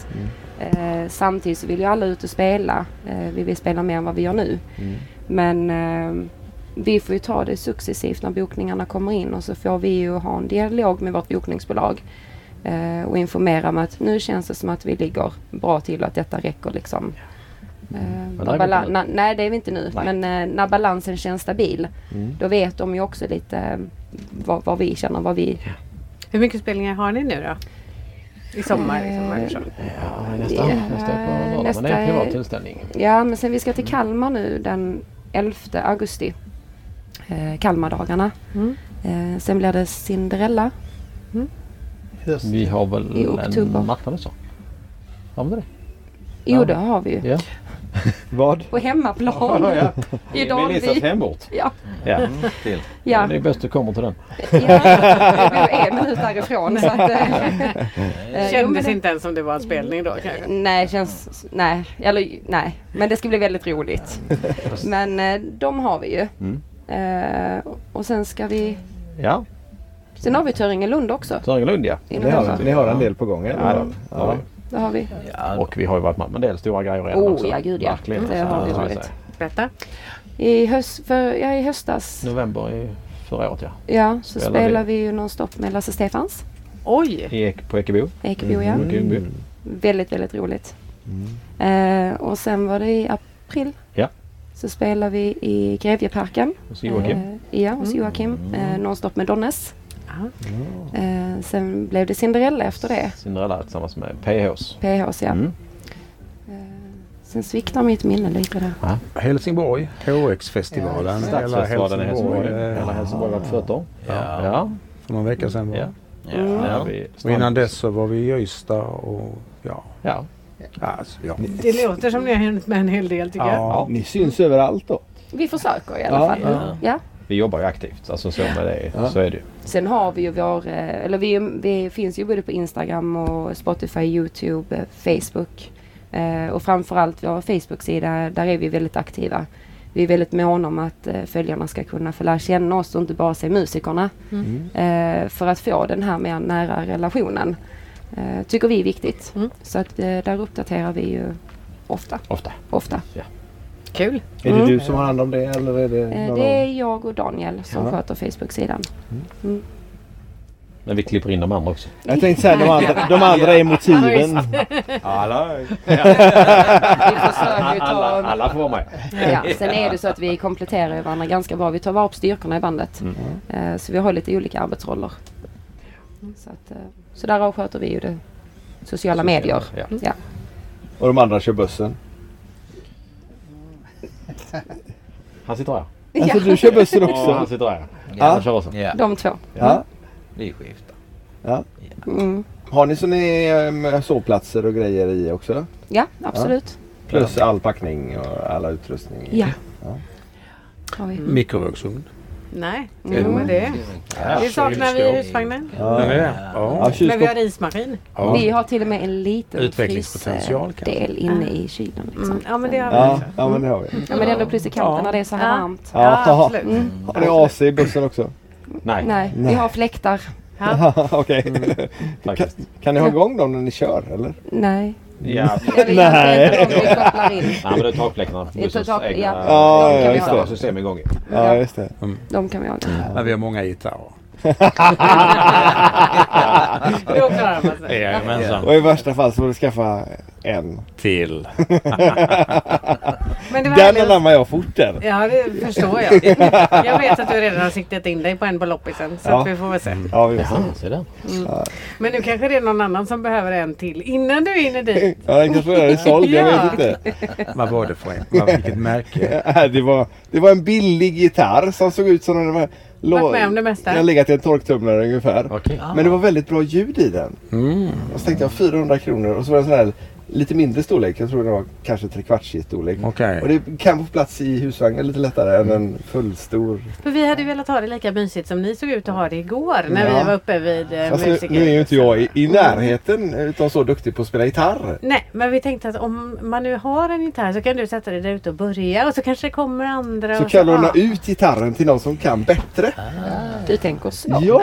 Speaker 1: Mm.
Speaker 4: Eh, samtidigt så vill ju alla ut och spela. Eh, vi vill spela mer än vad vi gör nu.
Speaker 1: Mm.
Speaker 4: Men eh, vi får ju ta det successivt när bokningarna kommer in och så får vi ju ha en dialog med vårt bokningsbolag eh, och informera om att nu känns det som att vi ligger bra till och att detta räcker liksom. Eh, när
Speaker 10: Men där är vi
Speaker 4: bala-
Speaker 10: inte nu.
Speaker 4: na- nej det är vi inte nu
Speaker 10: Nej. Mm.
Speaker 4: men eh, när balansen känns stabil då vet de ju också lite eh, vad, vad vi känner, vad vi...
Speaker 3: Hur mycket spelningar har ni nu då? I sommar? Liksom,
Speaker 4: Eh,
Speaker 3: eller så?
Speaker 10: Ja,
Speaker 4: nästa- Ja,
Speaker 10: nästa är på lördag.
Speaker 4: nästa
Speaker 10: Men det är en privat
Speaker 4: är-
Speaker 10: tillställning.
Speaker 4: Ja men sen vi ska till Kalmar nu den 11 augusti. Eh, Kalmardagarna.
Speaker 3: Mm.
Speaker 4: Eh, sen blir det Cinderella.
Speaker 8: Höst.
Speaker 10: Vi har väl
Speaker 4: I oktober.
Speaker 10: en marknad också? Har vi inte det?
Speaker 4: Jo
Speaker 10: Ja.
Speaker 4: det har vi ju.
Speaker 10: Ja.
Speaker 7: Vad?
Speaker 4: På hemmaplan. I
Speaker 10: Melissas
Speaker 4: Dalby.
Speaker 10: hemort.
Speaker 4: Ja,
Speaker 10: Ja.
Speaker 9: Mm, till.
Speaker 4: ja.
Speaker 10: Det är bäst du kommer till den.
Speaker 4: ja. Jag är en minut därifrån. Så att, eh, eh, jo, men
Speaker 3: Kändes
Speaker 4: det-
Speaker 3: inte ens som det var en spelning då kanske.
Speaker 4: Nej, känns... Nej, eller nej. Men det ska bli väldigt roligt. Men eh, de har vi ju.
Speaker 10: Mm.
Speaker 4: Eh, och sen ska vi...
Speaker 10: Ja,
Speaker 4: Sen har vi Töringelund också.
Speaker 10: Söringelund ja.
Speaker 4: Inom
Speaker 1: Ni har,
Speaker 4: hösten.
Speaker 1: ni har en del på gång? eller?
Speaker 10: Ja, då.
Speaker 1: Ja.
Speaker 4: Det har vi.
Speaker 9: Ja,
Speaker 10: Och vi har ju varit med om en del stora grejer redan
Speaker 4: Oh,
Speaker 10: också.
Speaker 4: ja, gud, ja.
Speaker 10: Verkligen.
Speaker 4: Det har
Speaker 10: Så
Speaker 4: vi
Speaker 10: ska
Speaker 4: varit.
Speaker 10: säga.
Speaker 3: Berätta.
Speaker 4: I, höst, för, ja, i höstas
Speaker 10: November i förra året ja.
Speaker 4: ja, så
Speaker 10: Spelar vi-
Speaker 4: spelar vi ju nonstop med Lasse Stefans
Speaker 3: Oj!
Speaker 10: I Ek, på Ekebo.
Speaker 4: Ekebo. Ja.
Speaker 10: Och Ljungby.
Speaker 4: Väldigt, väldigt roligt. Eh, och sen var det i april.
Speaker 10: Ja.
Speaker 4: Så spelar vi i Grevjeparken.
Speaker 10: Och så Joakim.
Speaker 4: Eh, ja, hos Joakim. Eh, nonstop med Donnes. Eh, sen blev det Cinderella efter det.
Speaker 10: Cinderella tillsammans med PHs.
Speaker 4: PHs ja.
Speaker 10: Mm.
Speaker 4: Eh, Sen sviktar mitt minne lite där.
Speaker 7: Helsingborg, HX-festivalen.
Speaker 10: Stadsfestivalen i Helsingborg.
Speaker 7: eh,
Speaker 10: Hela Helsingborg var på fötter.
Speaker 9: Ja.
Speaker 10: ja.
Speaker 7: För någon vecka sedan var
Speaker 10: Ja.
Speaker 7: det.
Speaker 10: Där har
Speaker 9: Ja.
Speaker 10: vi
Speaker 7: Och innan
Speaker 10: Strand-
Speaker 7: dess så var vi i Ystad och ja.
Speaker 10: Ja.
Speaker 7: Alltså, ja.
Speaker 3: Det låter som ni har hänt med en hel del tycker jag.
Speaker 7: ja.
Speaker 11: Ni syns överallt då?
Speaker 4: Vi försöker i alla fall. Ja.
Speaker 10: Vi jobbar ju aktivt. Alltså så med det. Så är det ju.
Speaker 4: Sen har vi ju vår, eh, eller vi, vi finns ju både på Instagram och Spotify, Youtube, eh, Facebook. Eh, och framförallt vår Facebook-sida, där är vi väldigt aktiva. Vi är väldigt måna om att eh, följarna ska kunna få lära känna oss och inte bara se musikerna. Eh, för att få den här mer nära relationen. Eh, tycker vi är viktigt. Så att eh, där uppdaterar vi ju ofta.
Speaker 10: Ofta.
Speaker 4: ofta.
Speaker 3: Kul!
Speaker 1: Är det du som har hand om det eller är det
Speaker 4: Eh,
Speaker 1: någon
Speaker 4: Det
Speaker 1: annan?
Speaker 4: är jag och Daniel som sköter Facebook-sidan.
Speaker 10: Men vi klipper in de andra också.
Speaker 11: Jag tänkte säga de andra, de andra är motiven.
Speaker 4: Vi försöker ju ta...
Speaker 10: Alla, alla får vara med.
Speaker 4: Ja, sen är det så att vi kompletterar ju varandra ganska bra. Vi tar vara på styrkorna i bandet. Eh, Så vi har lite olika arbetsroller. Så, att, eh, så därav sköter vi ju det sociala medier. Mm.
Speaker 10: Ja.
Speaker 4: Ja.
Speaker 1: Och de andra kör bussen?
Speaker 10: Han sitter här.
Speaker 11: Alltså du kör bussen
Speaker 10: Och han
Speaker 11: också?
Speaker 10: sitter här.
Speaker 9: Ja.
Speaker 10: Han kör också.
Speaker 9: Ja,
Speaker 4: De två.
Speaker 1: Ja.
Speaker 9: vi skiftar.
Speaker 4: Mm.
Speaker 1: Har ni så ni ehm, sovplatser och grejer i också?
Speaker 4: Ja, absolut.
Speaker 1: Plus all packning och alla utrustning?
Speaker 4: Ja.
Speaker 1: Ja.
Speaker 4: Har vi.
Speaker 7: Mikrovågsugn.
Speaker 3: Nej,
Speaker 4: Mm.
Speaker 3: jo men det. Det saknar vi i
Speaker 9: kylskåp.
Speaker 3: husvagnen.
Speaker 1: Ja.
Speaker 7: Ja.
Speaker 1: Ja,
Speaker 3: Men vi
Speaker 1: kylskåp.
Speaker 3: har ismaskin.
Speaker 4: Vi har till och med en liten
Speaker 7: Utvecklingspotential kanske.
Speaker 4: del inne i kylen. Liksom.
Speaker 3: Mm. Ja men det har vi.
Speaker 1: Ja, ja, men det har vi.
Speaker 4: Ja, men det är ändå plus i kanten när det är så här
Speaker 3: Ja.
Speaker 4: varmt.
Speaker 3: Ja,
Speaker 1: Ja.
Speaker 3: absolut.
Speaker 4: Mm.
Speaker 1: Har ni AC i bussen också?
Speaker 10: Nej,
Speaker 4: Nej, vi har fläktar.
Speaker 1: Okej.
Speaker 10: faktiskt.
Speaker 1: Kan ni ha igång dem när ni kör eller?
Speaker 4: Nej.
Speaker 10: Ja.
Speaker 4: Eller Nej. Vi kopplar in.
Speaker 10: Nej men det är takfläktarna.
Speaker 4: Det är
Speaker 10: Bussens
Speaker 4: tak-
Speaker 10: egna-
Speaker 4: ja.
Speaker 1: Ja,
Speaker 4: de kan
Speaker 1: ja,
Speaker 4: vi
Speaker 1: just
Speaker 4: ha.
Speaker 1: det.
Speaker 10: system igång.
Speaker 1: Ja, just det.
Speaker 4: De kan vi ha.
Speaker 7: Ja, vi har många gitarrer.
Speaker 3: Då klarar man sig.
Speaker 7: Jajamensan.
Speaker 1: Och i värsta fall så får du skaffa en.
Speaker 7: Till.
Speaker 3: Men det var
Speaker 1: Den
Speaker 3: härligt.
Speaker 1: anammar jag fort den.
Speaker 3: Ja det förstår jag. Jag vet att du redan har siktat in dig på en på loppisen. Så
Speaker 1: Ja. Mm.
Speaker 3: att vi får väl se.
Speaker 1: Ja, vi får se.
Speaker 10: Jaha, se där.
Speaker 3: Men nu kanske det är någon annan som behöver en till innan du hinner dit.
Speaker 1: Ja, den kanske redan är såld. Jag vet inte.
Speaker 7: Vad var det för en? Vad- Vilket märke?
Speaker 1: Nej, Det var, det var en billig gitarr som såg ut som den var... lå-
Speaker 3: Varit med om det mesta.
Speaker 1: Den har legat i en torktumlare ungefär.
Speaker 7: Okej.
Speaker 1: Men det var väldigt bra ljud i den. Och så tänkte jag 400 kronor och så var det en sån här lite mindre storlek. Jag tror den var kanske trekvarts i storlek.
Speaker 7: Okej.
Speaker 1: Och det kan få plats i husvagnen lite lättare än en fullstor.
Speaker 3: För vi hade ju velat ha det lika mysigt som ni såg ut att ha det igår när vi
Speaker 1: Ja.
Speaker 3: var uppe vid eh,
Speaker 1: Fast Alltså, nu,
Speaker 3: musiker.
Speaker 1: nu är ju inte jag i, i närheten utan så duktig på att spela gitarr.
Speaker 3: Nej, men vi tänkte att om man nu har en gitarr så kan du sätta dig där ute och börja och så kanske det kommer andra.
Speaker 1: Så
Speaker 3: och
Speaker 1: kan jag låna
Speaker 3: ja.
Speaker 1: ut gitarren till någon som kan bättre.
Speaker 4: Du tänker så.
Speaker 1: Ja.
Speaker 3: Ja.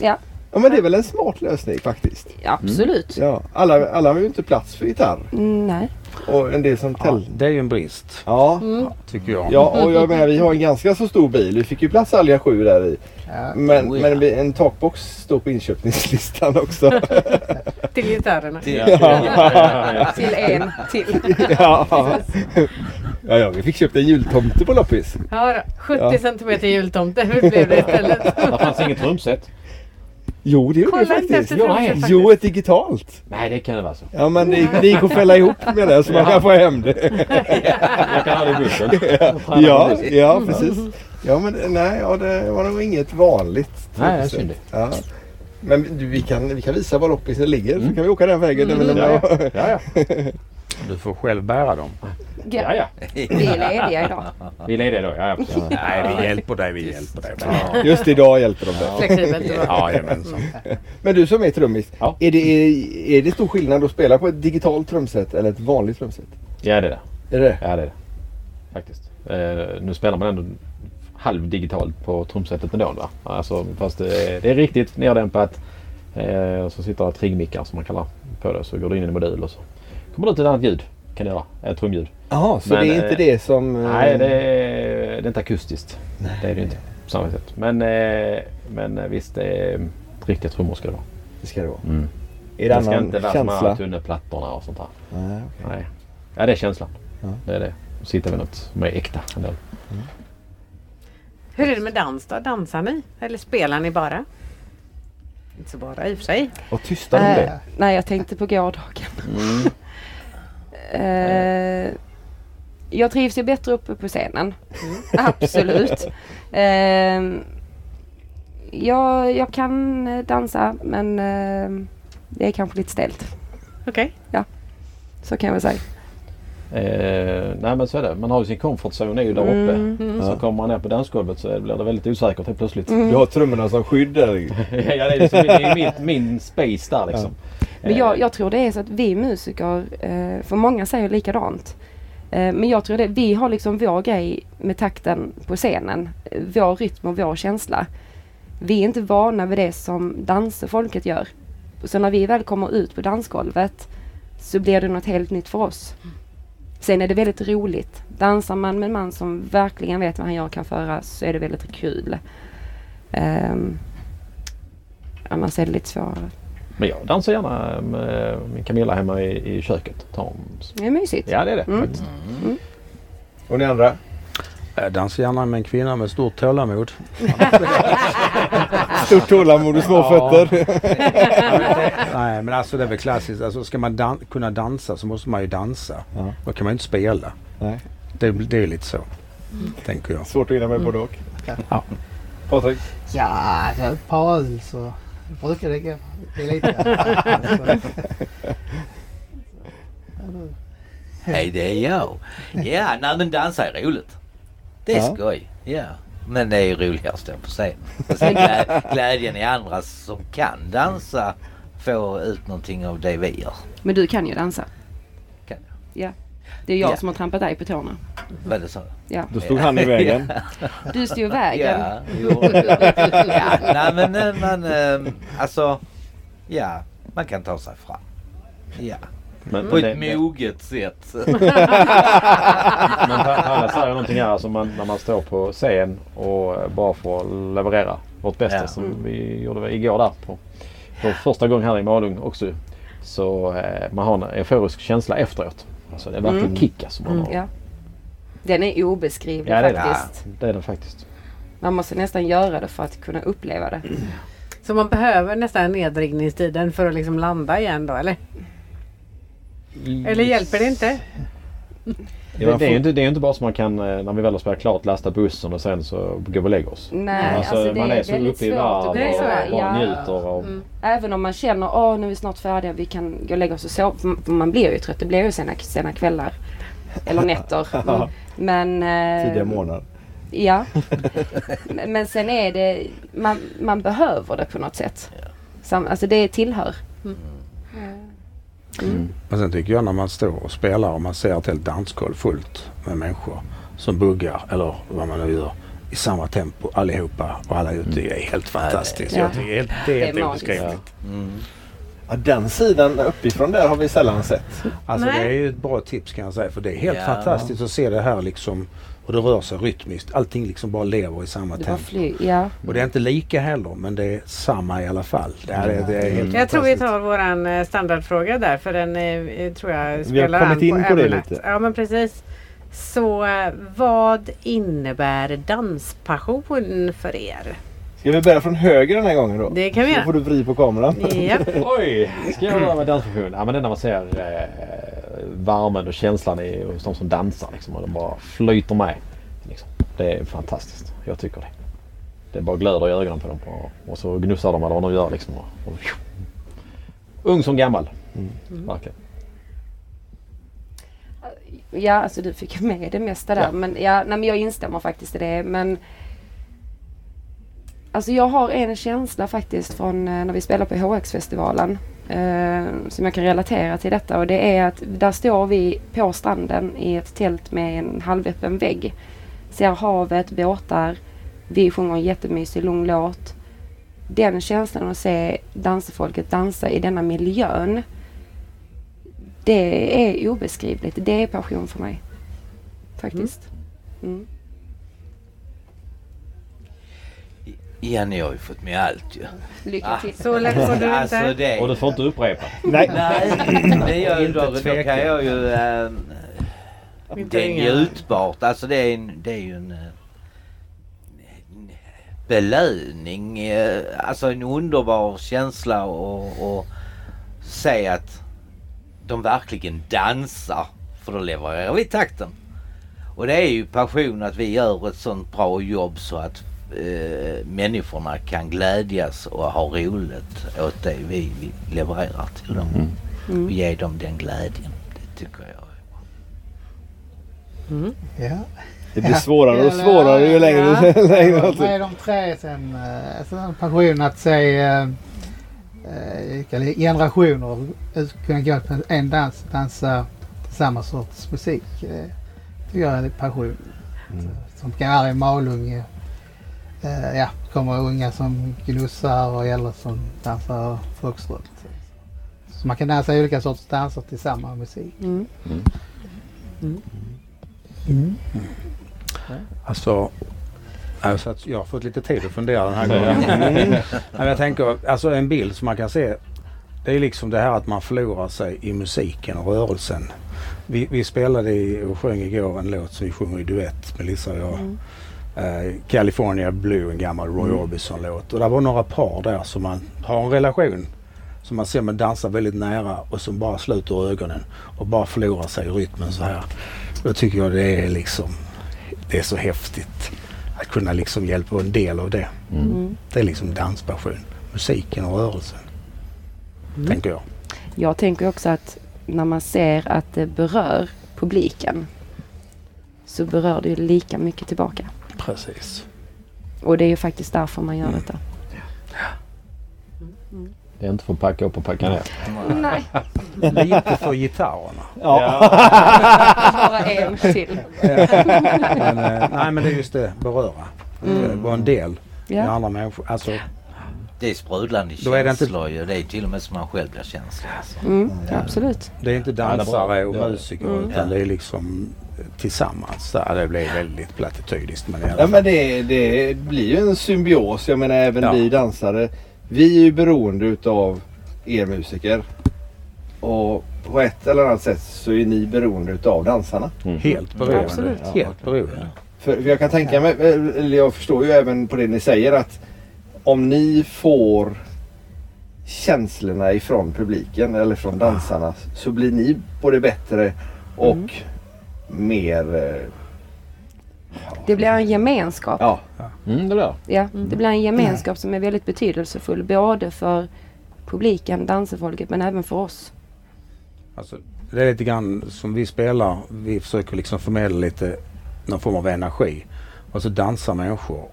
Speaker 4: Ja,
Speaker 1: ja, men det är väl en smart lösning faktiskt.
Speaker 4: absolut.
Speaker 1: Ja, alla, alla har ju inte plats för gitarr.
Speaker 4: Mm, Nej.
Speaker 1: Och en del som
Speaker 7: Ja,
Speaker 1: tält.
Speaker 7: det är ju en brist,
Speaker 1: Ja.
Speaker 3: Mm.
Speaker 7: tycker jag.
Speaker 1: ja, och jag menar vi har en ganska så stor bil. Vi fick ju plats alla sju där i.
Speaker 8: Ja.
Speaker 1: Men,
Speaker 9: Oh, ja.
Speaker 1: men vi- en takbox står på inköpningslistan också.
Speaker 3: Till gitarrerna.
Speaker 4: Till en till.
Speaker 1: ja. ja, ja, vi fick köpt en jultomte på loppis.
Speaker 3: Ja, då, 70
Speaker 1: Ja.
Speaker 3: centimeter jultomte blev det istället.
Speaker 10: Där fanns inget trumset.
Speaker 1: Jo, det gjorde vi
Speaker 3: Kolla inte
Speaker 1: faktiskt.
Speaker 3: efter trumset faktiskt.
Speaker 1: Jo, ett digitalt.
Speaker 10: Nej, det kan det vara så.
Speaker 1: Ja, men det, det gick att fälla ihop med det så man kan få hem det.
Speaker 10: Jag kan ha det i bussen.
Speaker 1: Ja, ja precis.
Speaker 10: Mm.
Speaker 1: Ja men nej, ja, det var nog inget vanligt.
Speaker 10: Nej, det är synd. Mm.
Speaker 1: Ja. Men du, vi, kan, vi kan visa var loppisen ligger så kan vi åka den vägen. Det är väl en bra-
Speaker 10: Ja, ja.
Speaker 7: Du får själv bära dem.
Speaker 10: Ja, ja.
Speaker 4: Vi är lediga idag.
Speaker 10: Vi är lediga då. Ja, ja.
Speaker 7: Nej, vi hjälper dig, vi hjälper dig.
Speaker 1: Just idag hjälper de dig.
Speaker 3: Flexibelt. och bra.
Speaker 7: Jajamensan.
Speaker 1: Men du som är trummis,
Speaker 10: Ja.
Speaker 1: är, det, är, är det stor skillnad att spela på ett digitalt trumset eller ett vanligt trumset?
Speaker 10: ja, det är det.
Speaker 1: Är det det?
Speaker 10: Ja, det är det. Faktiskt. Eh, nu spelar man ändå halvdigitalt på trumsetet ändå. Va? Alltså, fast det är, det är riktigt neddämpat. Eh, så sitter det triggmickar som man kallar på det. Så går du in i en modul och så kommer det ut ett annat ljud. Kan det göra. Ett trumljud.
Speaker 1: Jaha, så
Speaker 10: Men,
Speaker 1: det är inte
Speaker 10: eh,
Speaker 1: det som... eh,
Speaker 10: Nej, det är, det är inte akustiskt. Det är det ju inte på samma sätt. Men, eh, men eh, visst, det är riktiga trummor ska det vara.
Speaker 1: Det ska det vara.
Speaker 10: Mm.
Speaker 1: Är det
Speaker 10: Det ska inte
Speaker 1: annan
Speaker 10: vara som här
Speaker 1: känsla?
Speaker 10: tunneplattorna och sånt där.
Speaker 1: Nej, okej.
Speaker 10: Nej. Ja, det är känslan.
Speaker 1: Ja.
Speaker 10: Det är det. Sitta med något som är äkta. Ändå.
Speaker 3: Hur är det med dans då? Dansar ni? Eller spelar ni bara? Inte så bara i och för sig.
Speaker 1: Och tystar de
Speaker 4: Eh,
Speaker 1: det?
Speaker 4: nej, jag tänkte på gårdagen. Eh, jag trivs ju bättre uppe på scenen. Absolut. Eh, jag, jag kan eh, dansa men eh, det är kanske lite stelt.
Speaker 3: Okej.
Speaker 4: Så kan jag väl säga.
Speaker 10: Eh, nej men så är det. Man har ju sin comfortzon är ju där uppe.
Speaker 4: Mm.
Speaker 10: Så kommer man ner på dansgolvet så blir det väldigt osäkert helt plötsligt.
Speaker 4: Mm.
Speaker 1: Du har trummorna som skydd där.
Speaker 10: ja, det är, liksom, det är min, min space där liksom.
Speaker 4: Men jag, jag tror det är så att vi musiker, eh, för många säger likadant. Eh, men jag tror det, vi har liksom vår grej med takten på scenen. eh, Vår rytm och vår känsla. Vi är inte vana vid det som dansfolket gör. Så när vi väl kommer ut på dansgolvet så blir det något helt nytt för oss. Sen är det väldigt roligt. Dansar man med en man som verkligen vet vad han gör och kan föra så är det väldigt kul. Ehm, annars är det lite svårare.
Speaker 10: Men jag dansar gärna med min Camilla hemma i, i köket. Tar hon-
Speaker 4: Det är mysigt.
Speaker 10: Ja det är det
Speaker 4: Mm.
Speaker 10: faktiskt.
Speaker 1: Och ni andra?
Speaker 7: Jag dansar gärna med en kvinna med stort tålamod.
Speaker 10: Ah.
Speaker 1: Stort tålamod och små fötter.
Speaker 7: Nej men alltså det är väl klassiskt. Alltså, ska man dan- kunna dansa så måste man ju dansa.
Speaker 1: Ja.
Speaker 7: Då kan man ju inte spela.
Speaker 1: Nej.
Speaker 7: Det, det är lite så. Tänker jag.
Speaker 1: Svårt att hinna med både och.
Speaker 7: Ja.
Speaker 1: Patrik?
Speaker 8: Ja, alltså, ett par öl så brukar det gå. Det är lite... alltså,
Speaker 9: Hej det är jag. Ja, nej men dansa är roligt. Det är
Speaker 1: Ja.
Speaker 9: skoj. Ja. Men det är ju roligare att stå på scen. Och sen glä, glädjen i andra som kan dansa får ut någonting av det vi gör.
Speaker 4: Men du kan ju dansa.
Speaker 9: Kan
Speaker 4: Det är jag
Speaker 9: Ja.
Speaker 4: som har trampat dig på tårna.
Speaker 9: Vad det sa?
Speaker 4: Ja.
Speaker 12: Då stod han i vägen.
Speaker 4: Du står i vägen.
Speaker 9: Ja, jo. ja, nej men eh, man, eh, alltså, ja, man kan ta sig fram. Ja,
Speaker 4: Mm.
Speaker 10: Men,
Speaker 9: på
Speaker 10: Mm. men, det,
Speaker 9: ett
Speaker 10: men
Speaker 9: moget sätt.
Speaker 10: alla säger någonting här som man, när man står på scen och bara får leverera vårt bästa
Speaker 9: Ja.
Speaker 4: Mm.
Speaker 10: som vi gjorde igår där på, på första gången här i Malung också. Så eh, man har en euforisk känsla efteråt. Alltså det är verkligen
Speaker 4: Mm.
Speaker 10: kick alltså man har.
Speaker 4: Ja. Den är obeskrivlig
Speaker 10: Ja, det är den.
Speaker 4: faktiskt.
Speaker 10: Det är den faktiskt.
Speaker 4: Man måste nästan göra det för att kunna uppleva det.
Speaker 10: Mm.
Speaker 3: Så man behöver nästan nedringningstiden för att liksom landa igen då eller?
Speaker 1: Mm.
Speaker 3: Eller hjälper det inte?
Speaker 10: Det, det, är ju inte, det är ju inte bara så man kan, eh, när vi väl har spelat klart, lasta bussen och sen så går vi och lägger oss.
Speaker 4: Nej, alltså, det
Speaker 10: Mm. man är
Speaker 4: är
Speaker 10: så
Speaker 4: väldigt
Speaker 10: uppe i
Speaker 4: svårt
Speaker 10: varv och
Speaker 4: att
Speaker 3: Det är så,
Speaker 10: bara
Speaker 3: ja.
Speaker 10: njuter av...
Speaker 4: Mm. Även om man känner att nu är vi snart färdiga, vi kan gå och lägga oss och sova. För Man blir ju trött, det blir ju sena, sena kvällar. Eller nätter. Mm. Men... eh,
Speaker 1: Tidiga månader.
Speaker 4: Ja. Men men sen är det, man, man behöver det på något sätt. Sam, alltså det tillhör.
Speaker 7: Men sen tycker jag när man står och spelar och man ser ett helt dansgolv fullt med människor som buggar eller vad man nu gör i samma tempo allihopa och alla ute. Det är helt fantastiskt.
Speaker 4: Ja.
Speaker 7: Jag tycker helt, det är
Speaker 4: Det är
Speaker 7: helt
Speaker 4: magiskt.
Speaker 7: obeskrivligt.
Speaker 1: Ja, den sidan uppifrån där har vi sällan sett.
Speaker 7: Alltså
Speaker 3: Nej.
Speaker 7: det är ju ett bra tips kan jag säga för det är helt
Speaker 9: Ja.
Speaker 7: fantastiskt att se det här liksom och det rör sig rytmiskt. Allting liksom bara lever i samma
Speaker 4: Det var
Speaker 7: tempo.
Speaker 4: fly, ja.
Speaker 7: Och det
Speaker 3: Mm.
Speaker 7: är inte lika heller men det är samma i alla fall. Det här är, det är helt
Speaker 3: Mm. Jag tror vi
Speaker 7: fantastiskt.
Speaker 3: tar våran eh, standardfråga där för den eh, tror jag spelar
Speaker 1: kommit
Speaker 3: an
Speaker 1: in på det
Speaker 3: ämnet.
Speaker 1: lite.
Speaker 3: Ja men precis. Så eh, vad innebär danspassion för er?
Speaker 1: Ska vi börja från höger den här gången då?
Speaker 3: Det kan vi
Speaker 1: Då
Speaker 3: göra.
Speaker 1: får du vri på kameran.
Speaker 3: Ja.
Speaker 10: Oj! Ska jag vara med dansfunktion? Ja men det är när man ser eh, varmen och känslan i, hos de som dansar liksom, och de bara flyter med. Liksom. Det är fantastiskt. Jag tycker det. Det bara glöder i ögonen på dem och, och så gnussar de eller vad de gör liksom. Och, och, Mm.
Speaker 4: Mm.
Speaker 10: ung som gammal. Verkligen.
Speaker 4: Ja, alltså du fick med det mesta där. Men, ja, nej, men jag instämmer faktiskt i det. Men Alltså jag har en känsla faktiskt från eh, när vi spelar på HX-festivalen eh, som jag kan relatera till detta och det är att där står vi på stranden i ett tält med en halvöppen vägg. Ser havet, båtar, vi sjunger en jättemysig lugn låt. Den känslan att se dansfolket dansa i denna miljön det är obeskrivligt. Det är passion för mig. Faktiskt. Mm.
Speaker 9: Jenny har ju fått med allt ju.
Speaker 4: Lycka till.
Speaker 3: Så lätt får du
Speaker 9: Alltså
Speaker 3: inte.
Speaker 9: det...
Speaker 10: Och du får inte upprepa.
Speaker 9: Nej, det gör ju
Speaker 7: Inte
Speaker 9: då, då kan
Speaker 7: tveka.
Speaker 9: jag ju... Äh,
Speaker 3: Inte
Speaker 9: det är
Speaker 3: ringa.
Speaker 9: njutbart. Alltså det är, en, det är ju en, eh, en belöning. eh, Alltså en underbar känsla och, och se att de verkligen dansar. För då levererar vi takten. Och det är ju passion att vi gör ett sånt bra jobb så att eh, människorna kan glädjas och ha roligt åt det vi, vi levererar till dem. Och ge dem den glädjen. Det tycker jag.
Speaker 8: Ja.
Speaker 12: Det blir svårare och svårare ju längre du längre åt
Speaker 8: Vad är de tre sen? eh, Alltså den passionen att se eh, eh, eller generationer ut- kunna gå på en dans och dansa till samma sorts musik. Det tycker jag är passion. Som kan här i Malung. eh, eh, Ja, kommer unga som gnussar och äldre som dansar foxtrot. Så man kan dansa olika sorters danser till samma musik.
Speaker 4: Mm.
Speaker 7: Alltså, alltså att jag har fått lite tid att fundera den här gången. Mm. Nej, men jag tänker, alltså en bild som man kan se. Det är liksom det här att man förlorar sig i musiken och rörelsen. Vi, vi spelade i, och sjöng igår en låt som vi sjunger i duett, Melissa och jag. Eh, California Blue, en gammal Roy Orbison-låt. Och det var några par där som man har en relation. Som man ser man dansar väldigt nära och som bara sluter ögonen och bara förlorar sig i rytmen så här. Då tycker jag det är liksom det är så häftigt att kunna liksom hjälpa en del av det. Det är liksom danspassion, musiken och rörelsen. Tänker jag.
Speaker 4: Jag tänker också att när man ser att det berör publiken så berör det ju lika mycket tillbaka.
Speaker 7: Precis.
Speaker 4: Och det är ju faktiskt därför man gör detta.
Speaker 10: Det är inte för att packa upp och packa ner.
Speaker 4: Nej,
Speaker 7: Lite för gitarrerna.
Speaker 4: bara en till.
Speaker 7: Men, eh, nej men det är just det, beröra. Mm. Vara en del med
Speaker 4: Ja.
Speaker 7: andra människor. Alltså,
Speaker 9: Det är sprudlande
Speaker 7: Då är det inte-
Speaker 9: känslor ju. Det är till och med som man själv blir känslig. Alltså.
Speaker 4: Mm, absolut.
Speaker 7: det är inte dansare och musiker
Speaker 4: Mm.
Speaker 7: utan det är liksom tillsammans. Där. Det blir väldigt platitydiskt men i alla
Speaker 1: Ja,
Speaker 7: fall.
Speaker 1: men det, det blir ju en symbios. Jag menar även
Speaker 7: Ja.
Speaker 1: vi dansare. Vi är ju beroende utav er musiker. Och på ett eller annat sätt så är ni beroende utav dansarna.
Speaker 7: Helt beroende.
Speaker 4: Absolut.
Speaker 7: Helt beroende.
Speaker 1: För, för jag kan tänka mig, eh, eller jag förstår ju även på det ni säger att om ni får känslorna ifrån publiken eller från dansarna så blir ni både bättre och mer... eh,
Speaker 4: Det blir en gemenskap.
Speaker 1: Ja,
Speaker 10: Mm, det blir
Speaker 4: Ja, Mm. det blir en gemenskap som är väldigt betydelsefull både för publiken, dansefolket men även för oss.
Speaker 7: Alltså, det är lite grann som vi spelar. Vi försöker liksom förmedla lite någon form av energi. Och så dansar människor.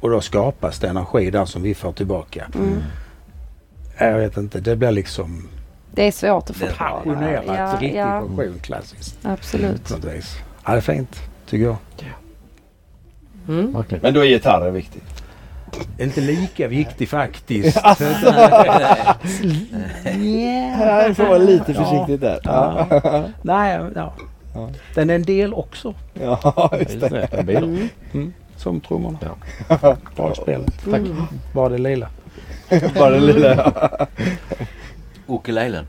Speaker 7: Och då skapas det energi där som vi får tillbaka.
Speaker 4: Mm.
Speaker 7: Jag vet inte, det blir liksom
Speaker 4: Det är svårt att
Speaker 9: Det är
Speaker 4: förklara.
Speaker 7: passionerat.
Speaker 4: Ja,
Speaker 7: riktig
Speaker 4: ja,
Speaker 7: passion, klassiskt.
Speaker 4: absolut.
Speaker 7: På något vis. Ja, det är fint, tycker jag.
Speaker 10: Verkligen.
Speaker 1: men då är gitarren viktig.
Speaker 7: Inte lika viktig faktiskt.
Speaker 12: Ja, du får vara lite försiktig där. Ja.
Speaker 7: Nej, ja. Den är en del också.
Speaker 1: Ja,
Speaker 10: Just det. Det blir det.
Speaker 7: Som trummorna.
Speaker 10: Ja.
Speaker 7: Bra spel. Tack. Bara det lilla.
Speaker 1: bara det lilla.
Speaker 9: Ukulelen.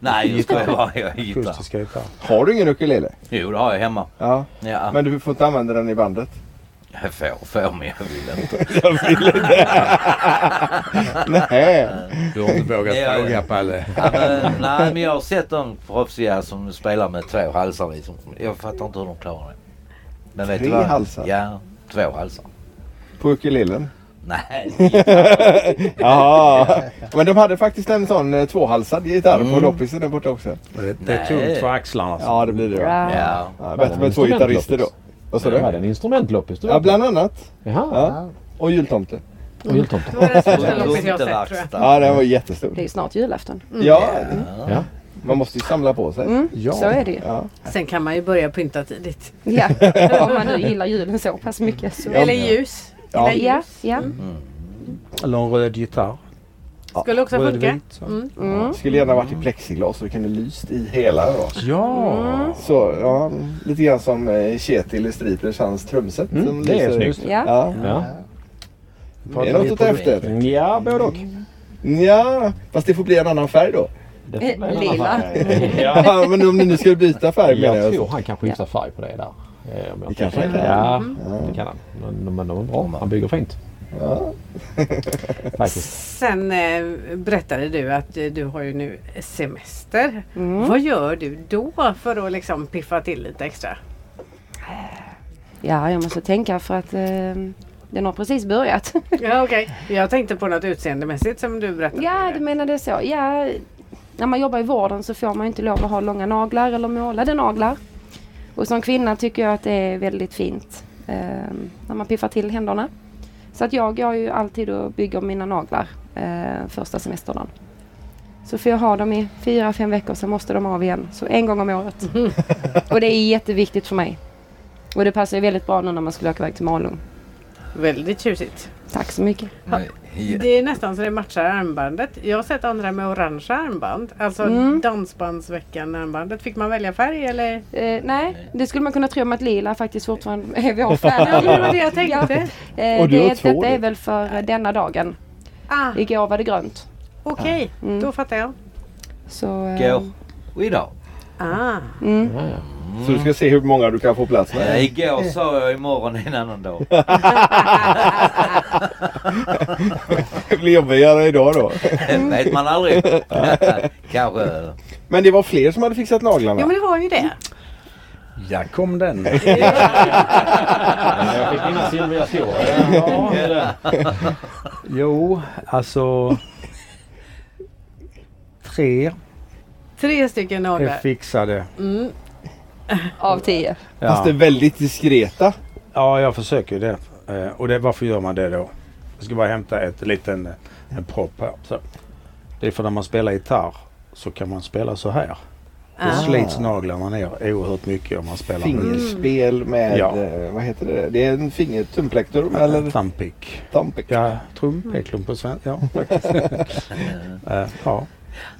Speaker 9: Nej, jag skojar bara. Jag är gitarr.
Speaker 7: Akustiska gitarr.
Speaker 1: Har du ingen ukulele?
Speaker 9: Jo, det har jag hemma.
Speaker 1: Ja.
Speaker 9: Ja.
Speaker 1: Men du får inte använda den i bandet?
Speaker 9: Jag får, får, men jag vill inte.
Speaker 1: Nej.
Speaker 7: Du har inte vågat
Speaker 9: Ja, ja.
Speaker 7: fråga Palle.
Speaker 9: Ja, men, nej, men jag har sett de proffsiga som spelar med två halsar. Liksom. Jag fattar inte hur de klarar det. Men vet
Speaker 1: Tre
Speaker 9: du vad?
Speaker 1: halsar?
Speaker 9: Ja, två halsar.
Speaker 1: På ukulelen?
Speaker 9: Nej.
Speaker 1: Jaha. Men de hade faktiskt en sån eh, tvåhalsad gitarr på loppisen där borta också.
Speaker 7: Det, det är
Speaker 9: Nej.
Speaker 7: tungt för axlarna. Alltså.
Speaker 1: Ja, det blir det. Ja.
Speaker 4: Bra.
Speaker 9: Ja.
Speaker 1: Ja, bättre med två gitarrister då. Vad sa
Speaker 10: Du
Speaker 1: du?
Speaker 10: hade en instrumentloppis du.
Speaker 1: Ja, bland annat.
Speaker 10: Jaha.
Speaker 1: Ja. Och jultomte.
Speaker 10: Och jultomten.
Speaker 3: Det var det största loppis jag har sett tror jag.
Speaker 9: Tomteverkstad.
Speaker 1: Ja, den var jättestor.
Speaker 4: Det är ju snart julafton.
Speaker 3: Mm.
Speaker 1: Ja,
Speaker 10: Ja.
Speaker 1: man måste ju samla på sig.
Speaker 4: Mm,
Speaker 7: Ja.
Speaker 4: Så är det ju.
Speaker 1: Ja.
Speaker 3: Sen kan man ju börja pynta tidigt.
Speaker 4: Ja. Om man nu gillar julen så pass mycket. Så.
Speaker 3: Eller ljus.
Speaker 1: Ja. Mm.
Speaker 3: Eller
Speaker 4: Ja,
Speaker 3: ljus.
Speaker 4: ja.
Speaker 7: Eller en röd gitarr.
Speaker 3: Skulle också funka.
Speaker 7: Rödvit, så.
Speaker 3: Mm.
Speaker 4: Mm.
Speaker 1: Skulle gärna varit i plexiglas så det kan det lyst i hela. Då.
Speaker 11: Ja,
Speaker 3: Mm.
Speaker 1: Så, ja, lite grann som eh, Kjetil i Striplers, hans trumset. som
Speaker 10: Mm, det är
Speaker 1: lyser.
Speaker 10: snyggt. Mm.
Speaker 4: ja.
Speaker 1: Ja,
Speaker 10: Ja,
Speaker 1: det är något att ta efter.
Speaker 10: ja både och.
Speaker 1: Ja, fast det får bli en annan färg då.
Speaker 10: Det
Speaker 4: Eh,
Speaker 10: får bli en annan
Speaker 4: lila.
Speaker 10: färg. Ja.
Speaker 1: Ja, men om ni nu skulle byta färg menar
Speaker 10: Jag
Speaker 1: jag.
Speaker 10: tror
Speaker 1: så.
Speaker 10: han kan skifta färg på det där. eh, Om jag inte
Speaker 1: kanske
Speaker 10: helt
Speaker 1: han
Speaker 10: fel. Ja,
Speaker 3: Mm.
Speaker 10: det kan han. Men, men de är bra. Han bygger fint. Faktiskt.
Speaker 3: Sen eh, berättade du att eh, du har ju nu semester. Vad gör du då för att liksom piffa till lite extra?
Speaker 4: ja, jag måste tänka för att eh, den har precis börjat.
Speaker 3: Ja, okej. Jag tänkte på något utseendemässigt som du berättade.
Speaker 4: Ja, du menade så. Ja, när man jobbar i vården så får man ju inte lov att ha långa naglar eller målade naglar. Och som kvinna tycker jag att det är väldigt fint eh, när man piffar till händerna. Så att jag går ju alltid och bygger mina naglar eh, första semesterdagen. Så får jag ha dem i fyra, fem veckor, sen måste de av igen. Så en gång om året. och det är jätteviktigt för mig. Och det passar ju väldigt bra nu när man skulle åka iväg till Malung.
Speaker 3: Väldigt tjusigt.
Speaker 4: Tack så mycket.
Speaker 9: Nej, ja.
Speaker 3: Det är nästan så det matchar armbandet. Jag har sett andra med orangea armband. Alltså
Speaker 4: Mm.
Speaker 3: dansbandsveckan armbandet. Fick man välja färg eller?
Speaker 4: Eh, nej, det skulle man kunna tro om att lila faktiskt fortfarande är vår
Speaker 3: Ja, det var
Speaker 4: färg.
Speaker 3: det jag tänkte.
Speaker 4: Eh,
Speaker 12: Och du har
Speaker 4: det,
Speaker 12: två
Speaker 4: detta är
Speaker 12: det.
Speaker 4: väl för eh, denna dagen.
Speaker 3: Ah,
Speaker 4: Igår var det grönt.
Speaker 3: Okej,
Speaker 4: Mm.
Speaker 3: då fattar jag.
Speaker 4: Så, eh,
Speaker 9: Igår och idag.
Speaker 3: Ah.
Speaker 4: Mm.
Speaker 10: Ja, ja.
Speaker 1: Så du ska se hur många du kan få plats
Speaker 9: Ja,
Speaker 1: med.
Speaker 9: igår sa jag imorgon är en annan dag.
Speaker 1: Det blir jobbigare idag då.
Speaker 9: vet man aldrig. Kanske.
Speaker 1: Men det var fler som hade fixat
Speaker 3: Ja
Speaker 1: naglarna.
Speaker 3: men det var ju det.
Speaker 7: Ja, kom den.
Speaker 10: Jag fick mina silvriga skor.
Speaker 7: jo, alltså... Tre
Speaker 3: Tre stycken
Speaker 7: är
Speaker 3: naglar.
Speaker 7: fixade.
Speaker 3: Mm.
Speaker 4: Av tio.
Speaker 1: Fast det är
Speaker 7: Ja,
Speaker 1: väldigt diskreta.
Speaker 7: ja jag försöker ju det. Eh, Och det, varför gör man det då? Jag ska bara hämta ett liten eh, en propp här. Så. Det är för när man spelar gitarr så kan man spela så här. Då
Speaker 3: Ah.
Speaker 7: slits naglarna ner oerhört mycket om man spelar med
Speaker 1: Fingerspel med,
Speaker 7: Mm. Ja.
Speaker 1: eh, vad heter det? Det är en finger, tumplektor
Speaker 7: eller
Speaker 1: eller
Speaker 7: thumbpick.
Speaker 1: tampik.
Speaker 7: Ja, trumpeklon på svenska. Ja, faktiskt. Eh, ja,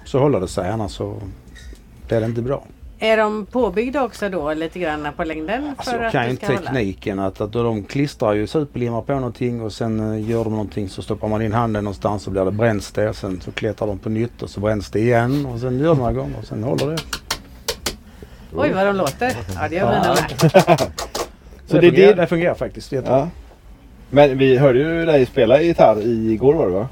Speaker 7: så håller det sig annars så blir det inte bra.
Speaker 3: Är de påbyggda också då lite grann på längden?
Speaker 7: Alltså,
Speaker 3: för
Speaker 7: jag
Speaker 3: att
Speaker 7: kan
Speaker 3: det
Speaker 7: ju
Speaker 3: ska
Speaker 7: inte
Speaker 3: hålla?
Speaker 7: tekniken att, att de klistrar ju superlimmar på någonting och sen eh, gör de någonting så stoppar man in handen någonstans så blir det bränns det. Sen så klättrar de på nytt och så bränns det igen och sen gör de några gånger och sen håller det.
Speaker 3: Oj vad de låter. Ja det gör mina med.
Speaker 1: Så det är
Speaker 7: fungerar,
Speaker 1: det-
Speaker 7: det fungerar faktiskt jättebra.
Speaker 1: Ja. Men vi hörde ju dig spela gitarr i- igår var det va?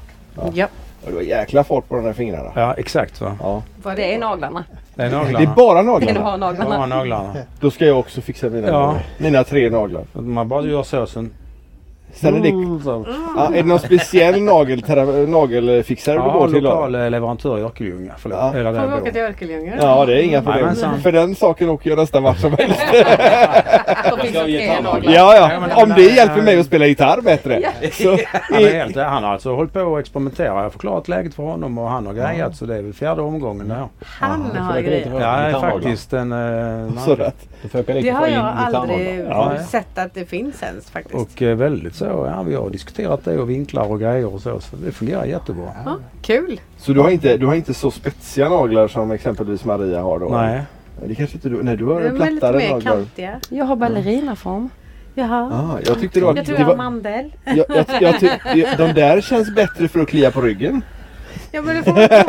Speaker 3: Ja.
Speaker 1: Och det var jäkla fart på de där fingrarna.
Speaker 7: Ja, exakt va.
Speaker 1: Ja.
Speaker 4: Det är naglarna.
Speaker 7: Det är
Speaker 1: Det
Speaker 7: naglarna.
Speaker 1: är bara
Speaker 4: Det du
Speaker 1: naglarna.
Speaker 4: har naglarna.
Speaker 7: bara naglarna.
Speaker 1: Då ska jag också fixa mina,
Speaker 7: Ja.
Speaker 1: mina tre naglar.
Speaker 7: Att Man bara gör så sen... Mm,
Speaker 1: Sen är det,
Speaker 7: Så.
Speaker 1: ja, är det någon speciell nageltera- nagelfixare du
Speaker 7: Ja,
Speaker 1: går till? då?
Speaker 7: lokal eh, leverantör i Örkelljunga. Förlåt.
Speaker 1: Ja.
Speaker 7: Eller
Speaker 3: Får vi
Speaker 7: där
Speaker 3: åka
Speaker 7: jag
Speaker 3: till Örkelljunga?
Speaker 1: Ja det är inga problem.
Speaker 7: Jajamensan.
Speaker 1: För den saken åker jag nästan vart som helst.
Speaker 4: De finns tre naglar.
Speaker 1: Ja,
Speaker 7: Ja,
Speaker 1: ja.
Speaker 7: men-
Speaker 1: Om det hjälper mig att spela gitarr bättre. Så,
Speaker 7: Han, är helt, han har alltså hållit på och experimenterat. Jag har förklarat läget för honom och han har grejat så det är väl fjärde omgången där.
Speaker 3: Han har
Speaker 10: jag gå
Speaker 3: grejer.
Speaker 10: ut och-
Speaker 7: Ja, det är
Speaker 10: Gitarrnaglar.
Speaker 7: faktiskt en... eh,
Speaker 1: så rätt.
Speaker 10: Du får åka dit
Speaker 3: Det
Speaker 10: och få
Speaker 3: har
Speaker 10: in
Speaker 3: jag
Speaker 10: gitarrnaglar.
Speaker 3: aldrig
Speaker 7: Ja.
Speaker 3: sett att det finns ens faktiskt.
Speaker 7: Och eh, väldigt så. Ja, vi har diskuterat det och vinklar och grejer och så. Så det fungerar jättebra.
Speaker 3: Ja, kul!
Speaker 1: så du, har inte, du har inte så spetsiga naglar som exempelvis Maria har då?
Speaker 7: Nej.
Speaker 1: Det kanske inte du... Nej, du
Speaker 3: De
Speaker 1: har
Speaker 3: är lite
Speaker 1: plattare
Speaker 3: mer
Speaker 1: naglar.
Speaker 3: kantiga.
Speaker 4: Jag har ballerinaform.
Speaker 3: Jaha.
Speaker 1: Ah, jag tyckte det var...
Speaker 3: Jag tror
Speaker 1: det
Speaker 3: jag har
Speaker 1: var
Speaker 3: mandel.
Speaker 1: jag, jag, jag tyck, de där känns bättre för att klia på ryggen.
Speaker 3: Ja men du får väl prova.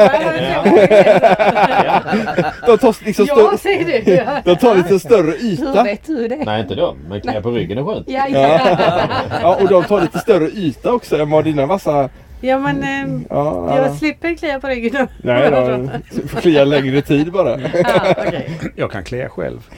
Speaker 1: De tar, liksom
Speaker 3: Ja
Speaker 1: stör,
Speaker 3: säger du! Ja.
Speaker 1: de tar lite större
Speaker 4: Hur
Speaker 1: yta.
Speaker 4: vet du det?
Speaker 10: Nej, inte då. Men knä på ryggen är skönt.
Speaker 4: Ja, ja.
Speaker 1: Ja, och de tar lite större yta också än vad dina vassa
Speaker 3: Ja men eh,
Speaker 1: Ja,
Speaker 3: jag
Speaker 1: ja.
Speaker 3: slipper klia på ryggen. då.
Speaker 1: Nej då, du får klia längre tid bara.
Speaker 3: Ja, okej.
Speaker 7: Jag kan klia själv.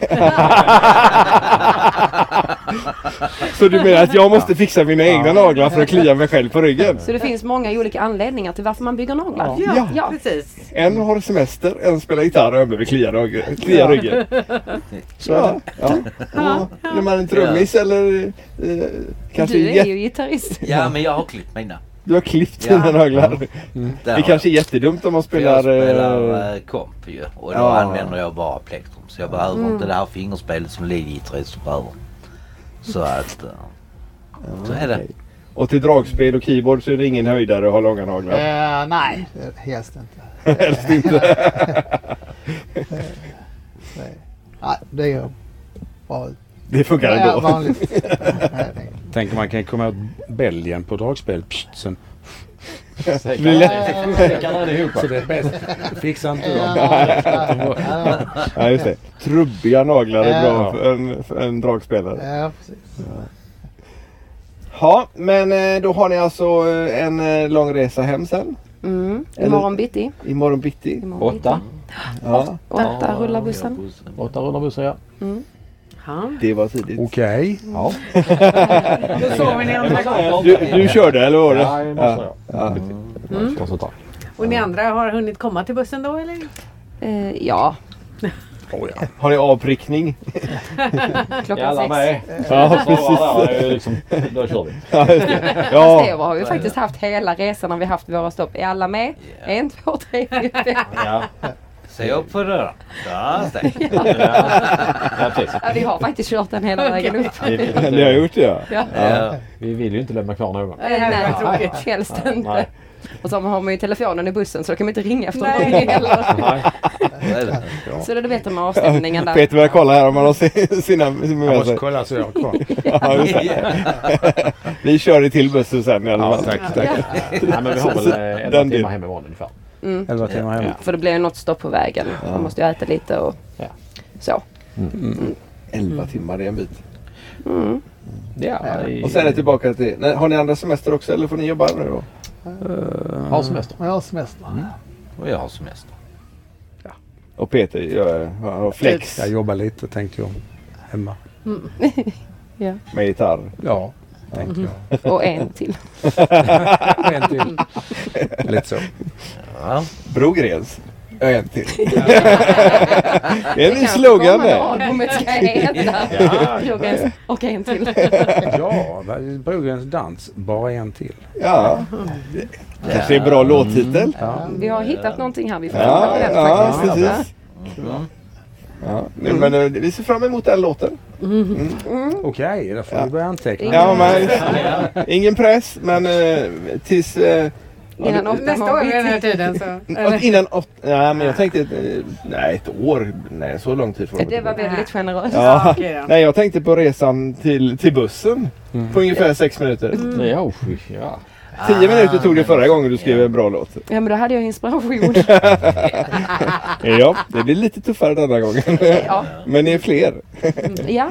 Speaker 1: Så du menar att jag måste fixa mina egna naglar för att klia mig själv på ryggen?
Speaker 4: Så det finns många olika anledningar till varför man bygger naglar.
Speaker 3: ja,
Speaker 1: Ja.
Speaker 3: precis.
Speaker 1: En har semester, en spelar gitarr och en behöver klia, rygg- klia ryggen. Så ja, ja. Och när man är en trummis eller eh, kanske
Speaker 4: Du är
Speaker 1: jätte...
Speaker 4: ju gitarrist.
Speaker 9: Ja, men jag har klippt mina.
Speaker 1: Du har klippt
Speaker 9: Ja.
Speaker 1: dina naglar.
Speaker 9: Där
Speaker 1: Det
Speaker 9: har jag.
Speaker 1: kanske är jättedumt om man
Speaker 9: För jag
Speaker 1: spelar... eh,
Speaker 9: spelar eh, komp ju och då
Speaker 1: Ja.
Speaker 9: använder jag bara plektrum. Så jag behöver inte det här fingerspelet som leadgitarrister behöver. Så att... eh, Så är det.
Speaker 1: Och till dragspel och keyboard så är det ingen höjdare att ha långa naglar.
Speaker 8: Eh, nej, det- helst inte.
Speaker 1: Helst inte.
Speaker 8: Det- Nej, det gör bra ut.
Speaker 1: Det funkar
Speaker 8: Ja,
Speaker 1: ändå.
Speaker 8: vanligt.
Speaker 7: Tänk om man kan komma åt Belgien på dragspel. Pst, sen.
Speaker 10: Det
Speaker 1: blir
Speaker 10: kan allihopa.
Speaker 7: Så det är bäst. Fixa inte
Speaker 8: Ja,
Speaker 7: dem.
Speaker 8: ja, ja,
Speaker 1: Ja, just det. Trubbiga naglar är bra
Speaker 7: Ja.
Speaker 1: för en, för en dragspelare.
Speaker 8: ja, precis.
Speaker 1: Ja, men eh, då har ni alltså eh, en eh, lång resa hem sen.
Speaker 4: Mm. Imorgon bitti.
Speaker 1: Imorgon bitti.
Speaker 4: Imorgon bitti.
Speaker 10: Åtta.
Speaker 1: Ja,
Speaker 4: Åtta rullar bussen.
Speaker 10: Åtta rullar bussar ja.
Speaker 3: Ja.
Speaker 1: det var tidigt.
Speaker 7: Okej.
Speaker 3: Då sover ni andra
Speaker 1: Du, du körde eller vad var det?
Speaker 10: Nej, bussar ja.
Speaker 1: Ja.
Speaker 10: Mm. Och så tar.
Speaker 3: Och ni andra har hunnit komma till bussen då eller?
Speaker 4: Eh, ja,
Speaker 1: Har ni avprickning?
Speaker 4: klockan
Speaker 10: Jävlar
Speaker 4: sex.
Speaker 10: mig.
Speaker 1: Ja,
Speaker 10: Bara
Speaker 1: precis.
Speaker 10: där, det är liksom, Då kör vi.
Speaker 4: Fast det
Speaker 1: Ja,
Speaker 4: har vi faktiskt haft hela resan när vi haft våra stopp. Är alla med? En, två, tre, fyra, fem.
Speaker 10: Ja,
Speaker 9: Se upp för dörren. Där stäng.
Speaker 10: ja precis.
Speaker 4: Ja, vi har faktiskt kört den hela vägen upp.
Speaker 1: ni har gjort det ja.
Speaker 4: Ja.
Speaker 9: Ja.
Speaker 10: Vi vill ju inte lämna kvar någon.
Speaker 4: Eh, Nej,
Speaker 3: var
Speaker 4: tråkigt. Helst inte.
Speaker 10: Nej.
Speaker 4: Och så har man ju telefonen i bussen så då kan man inte ringa efter
Speaker 3: Nej.
Speaker 4: någon heller.
Speaker 10: Nej.
Speaker 9: Så är det.
Speaker 4: Så det är det bättre med avstämningen där.
Speaker 1: Peter börjar kolla här om han har sin- sina
Speaker 7: Jag
Speaker 1: med
Speaker 7: måste
Speaker 1: sig.
Speaker 7: kolla så jag har kvar.
Speaker 1: Ja, just det. Vi kör i till bussen sen i alla
Speaker 7: Ja,
Speaker 1: fall.
Speaker 7: tack. tack.
Speaker 10: Nej, men vi har väl eh, elva
Speaker 1: Den
Speaker 10: timmar
Speaker 1: del.
Speaker 10: hem imorgon ungefär.
Speaker 7: Elva timmar hemma.
Speaker 4: För det blir ju något stopp på vägen. Man måste ju äta lite och
Speaker 10: Ja.
Speaker 4: så.
Speaker 1: 11 timmar, det är en bit.
Speaker 10: Ja, i,
Speaker 1: Och sen är det tillbaka till... Nej, har ni andra semester också eller får ni jobba nu då?
Speaker 10: har semester.
Speaker 8: Men jag har semester.
Speaker 9: Och jag har semester.
Speaker 1: Och Peter gör, har- har flex
Speaker 7: Jag jobbar lite tänkte jag. Hemma.
Speaker 1: med gitarr.
Speaker 7: Ja, tänkte jag.
Speaker 4: Och en till.
Speaker 7: En till. Lite så.
Speaker 9: Ja.
Speaker 1: Brogrens. Ja, en till. Det är en ny
Speaker 4: kanske
Speaker 1: slogan
Speaker 4: kommer när
Speaker 1: det.
Speaker 4: albumet ska heta. Brogrens och en till.
Speaker 7: Ja, vad- Brogrens dans. Bara en till.
Speaker 1: Ja. Det kanske är en bra låttitel.
Speaker 4: Vi har hittat någonting här vi får
Speaker 1: Ja,
Speaker 4: använda den
Speaker 1: ja
Speaker 4: faktiskt.
Speaker 1: precis. Ja, nu, men eh, vi ser fram emot den låten.
Speaker 7: Okej, då får vi börja anteckna.
Speaker 1: Ja, men, ingen press, men eh, tills... Eh,
Speaker 4: Innan åtta
Speaker 3: Nästa år vid den här tiden så.
Speaker 1: att
Speaker 3: Eller?
Speaker 1: innan åtta... Nej, men jag tänkte... eh, Nej, ett år. Nej, så lång tid får det
Speaker 4: Det
Speaker 1: inte
Speaker 4: var
Speaker 1: gå.
Speaker 4: väldigt generöst.
Speaker 3: Ja,
Speaker 1: Ja.
Speaker 3: okej då.
Speaker 1: Nej, jag tänkte på resan till, till bussen på ungefär sex minuter.
Speaker 10: Mm. Ja, usch, ja.
Speaker 1: Tio minuter tog det förra gången du skrev
Speaker 9: Ja.
Speaker 1: en bra låt.
Speaker 4: Ja men då hade jag inspiration.
Speaker 1: Ja, det blir lite tuffare denna gången.
Speaker 4: Ja,
Speaker 1: Men ni är fler.
Speaker 4: ja.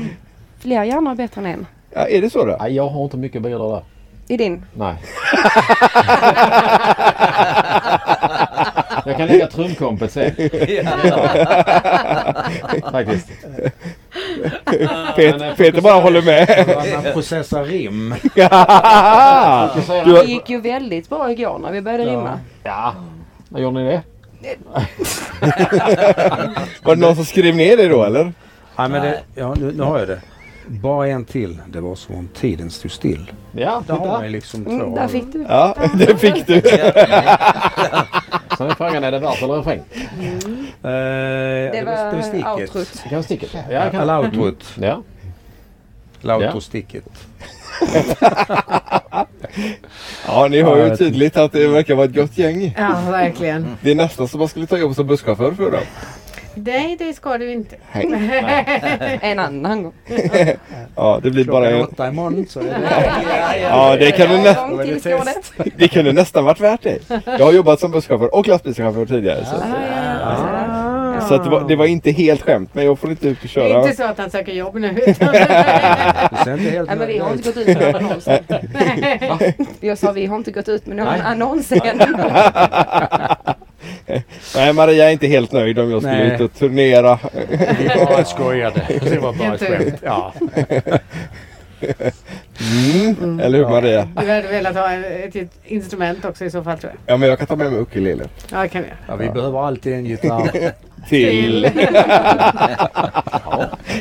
Speaker 4: fler hjärnor är bättre än en.
Speaker 1: Ja, är det så då?
Speaker 10: Nej, jag har inte mycket att bidra där.
Speaker 4: I din.
Speaker 10: Nej. jag kan lägga trumkompet sen. Faktiskt.
Speaker 1: Pet, Peter bara håller med.
Speaker 7: Man processar rim.
Speaker 4: Det gick ju väldigt bra igår när vi började rimma.
Speaker 10: Ja. Vad gjorde ni det?
Speaker 1: Var det någon som skrev ner det då eller?
Speaker 7: Ja, men det, ja, nu, nu har jag det. Bara en till. Det var som om tiden stod still.
Speaker 10: Ja,
Speaker 7: Där har man
Speaker 10: titta.
Speaker 7: ju liksom två.
Speaker 4: Mm, där fick du.
Speaker 1: Ja, det fick du.
Speaker 10: Sen är frågan, är det vers eller refräng?
Speaker 7: Eh,
Speaker 4: Det
Speaker 7: det var det
Speaker 4: var
Speaker 7: sticket.
Speaker 4: outrot.
Speaker 10: Det kan sticket. Ja, jag kan.
Speaker 7: Eller outrot.
Speaker 10: Ja.
Speaker 7: Lautrosticket.
Speaker 1: Ja, ni hör ju tydligt att det verkar vara ett gott gäng.
Speaker 3: Ja, verkligen.
Speaker 1: Det är nästan som man skulle ta jobb som busschaufför för dem.
Speaker 3: Nej, det ska du inte.
Speaker 4: En annan gång.
Speaker 1: Ja, det blir bara
Speaker 7: Klockan
Speaker 1: en.
Speaker 7: åtta imorgon så är det
Speaker 1: Ja, det kan, du
Speaker 4: En
Speaker 1: nä-
Speaker 4: gång till Skåne.
Speaker 1: det kan du nästan varit värt det. Jag har jobbat som busschaufför och lastbilschaufför tidigare. Så.
Speaker 4: Ja, ja, ja.
Speaker 1: Ah. Så att det, var, det var inte helt skämt men jag får inte ut och
Speaker 3: Det är
Speaker 1: köra.
Speaker 3: inte så att han söker jobb nu. Utan...
Speaker 13: Det är inte helt
Speaker 4: Nej, men vi har inte gått ut med någon annons än.
Speaker 3: Nej.
Speaker 4: Jag sa vi har inte gått ut med någon
Speaker 10: Nej.
Speaker 4: annons än.
Speaker 1: Nej Maria är inte helt nöjd om jag skulle
Speaker 13: Nej.
Speaker 1: ut och turnera.
Speaker 14: Vi bara skojade. Det var bara ett skämt. Ja.
Speaker 1: Mm. Eller hur Maria?
Speaker 3: Du hade velat ha ett, ett instrument också i så fall tror jag.
Speaker 1: Ja men jag kan ta med mig ukulele.
Speaker 3: Ja, det kan vi göra.
Speaker 7: Ja, vi behöver alltid en gitarr.
Speaker 1: Till.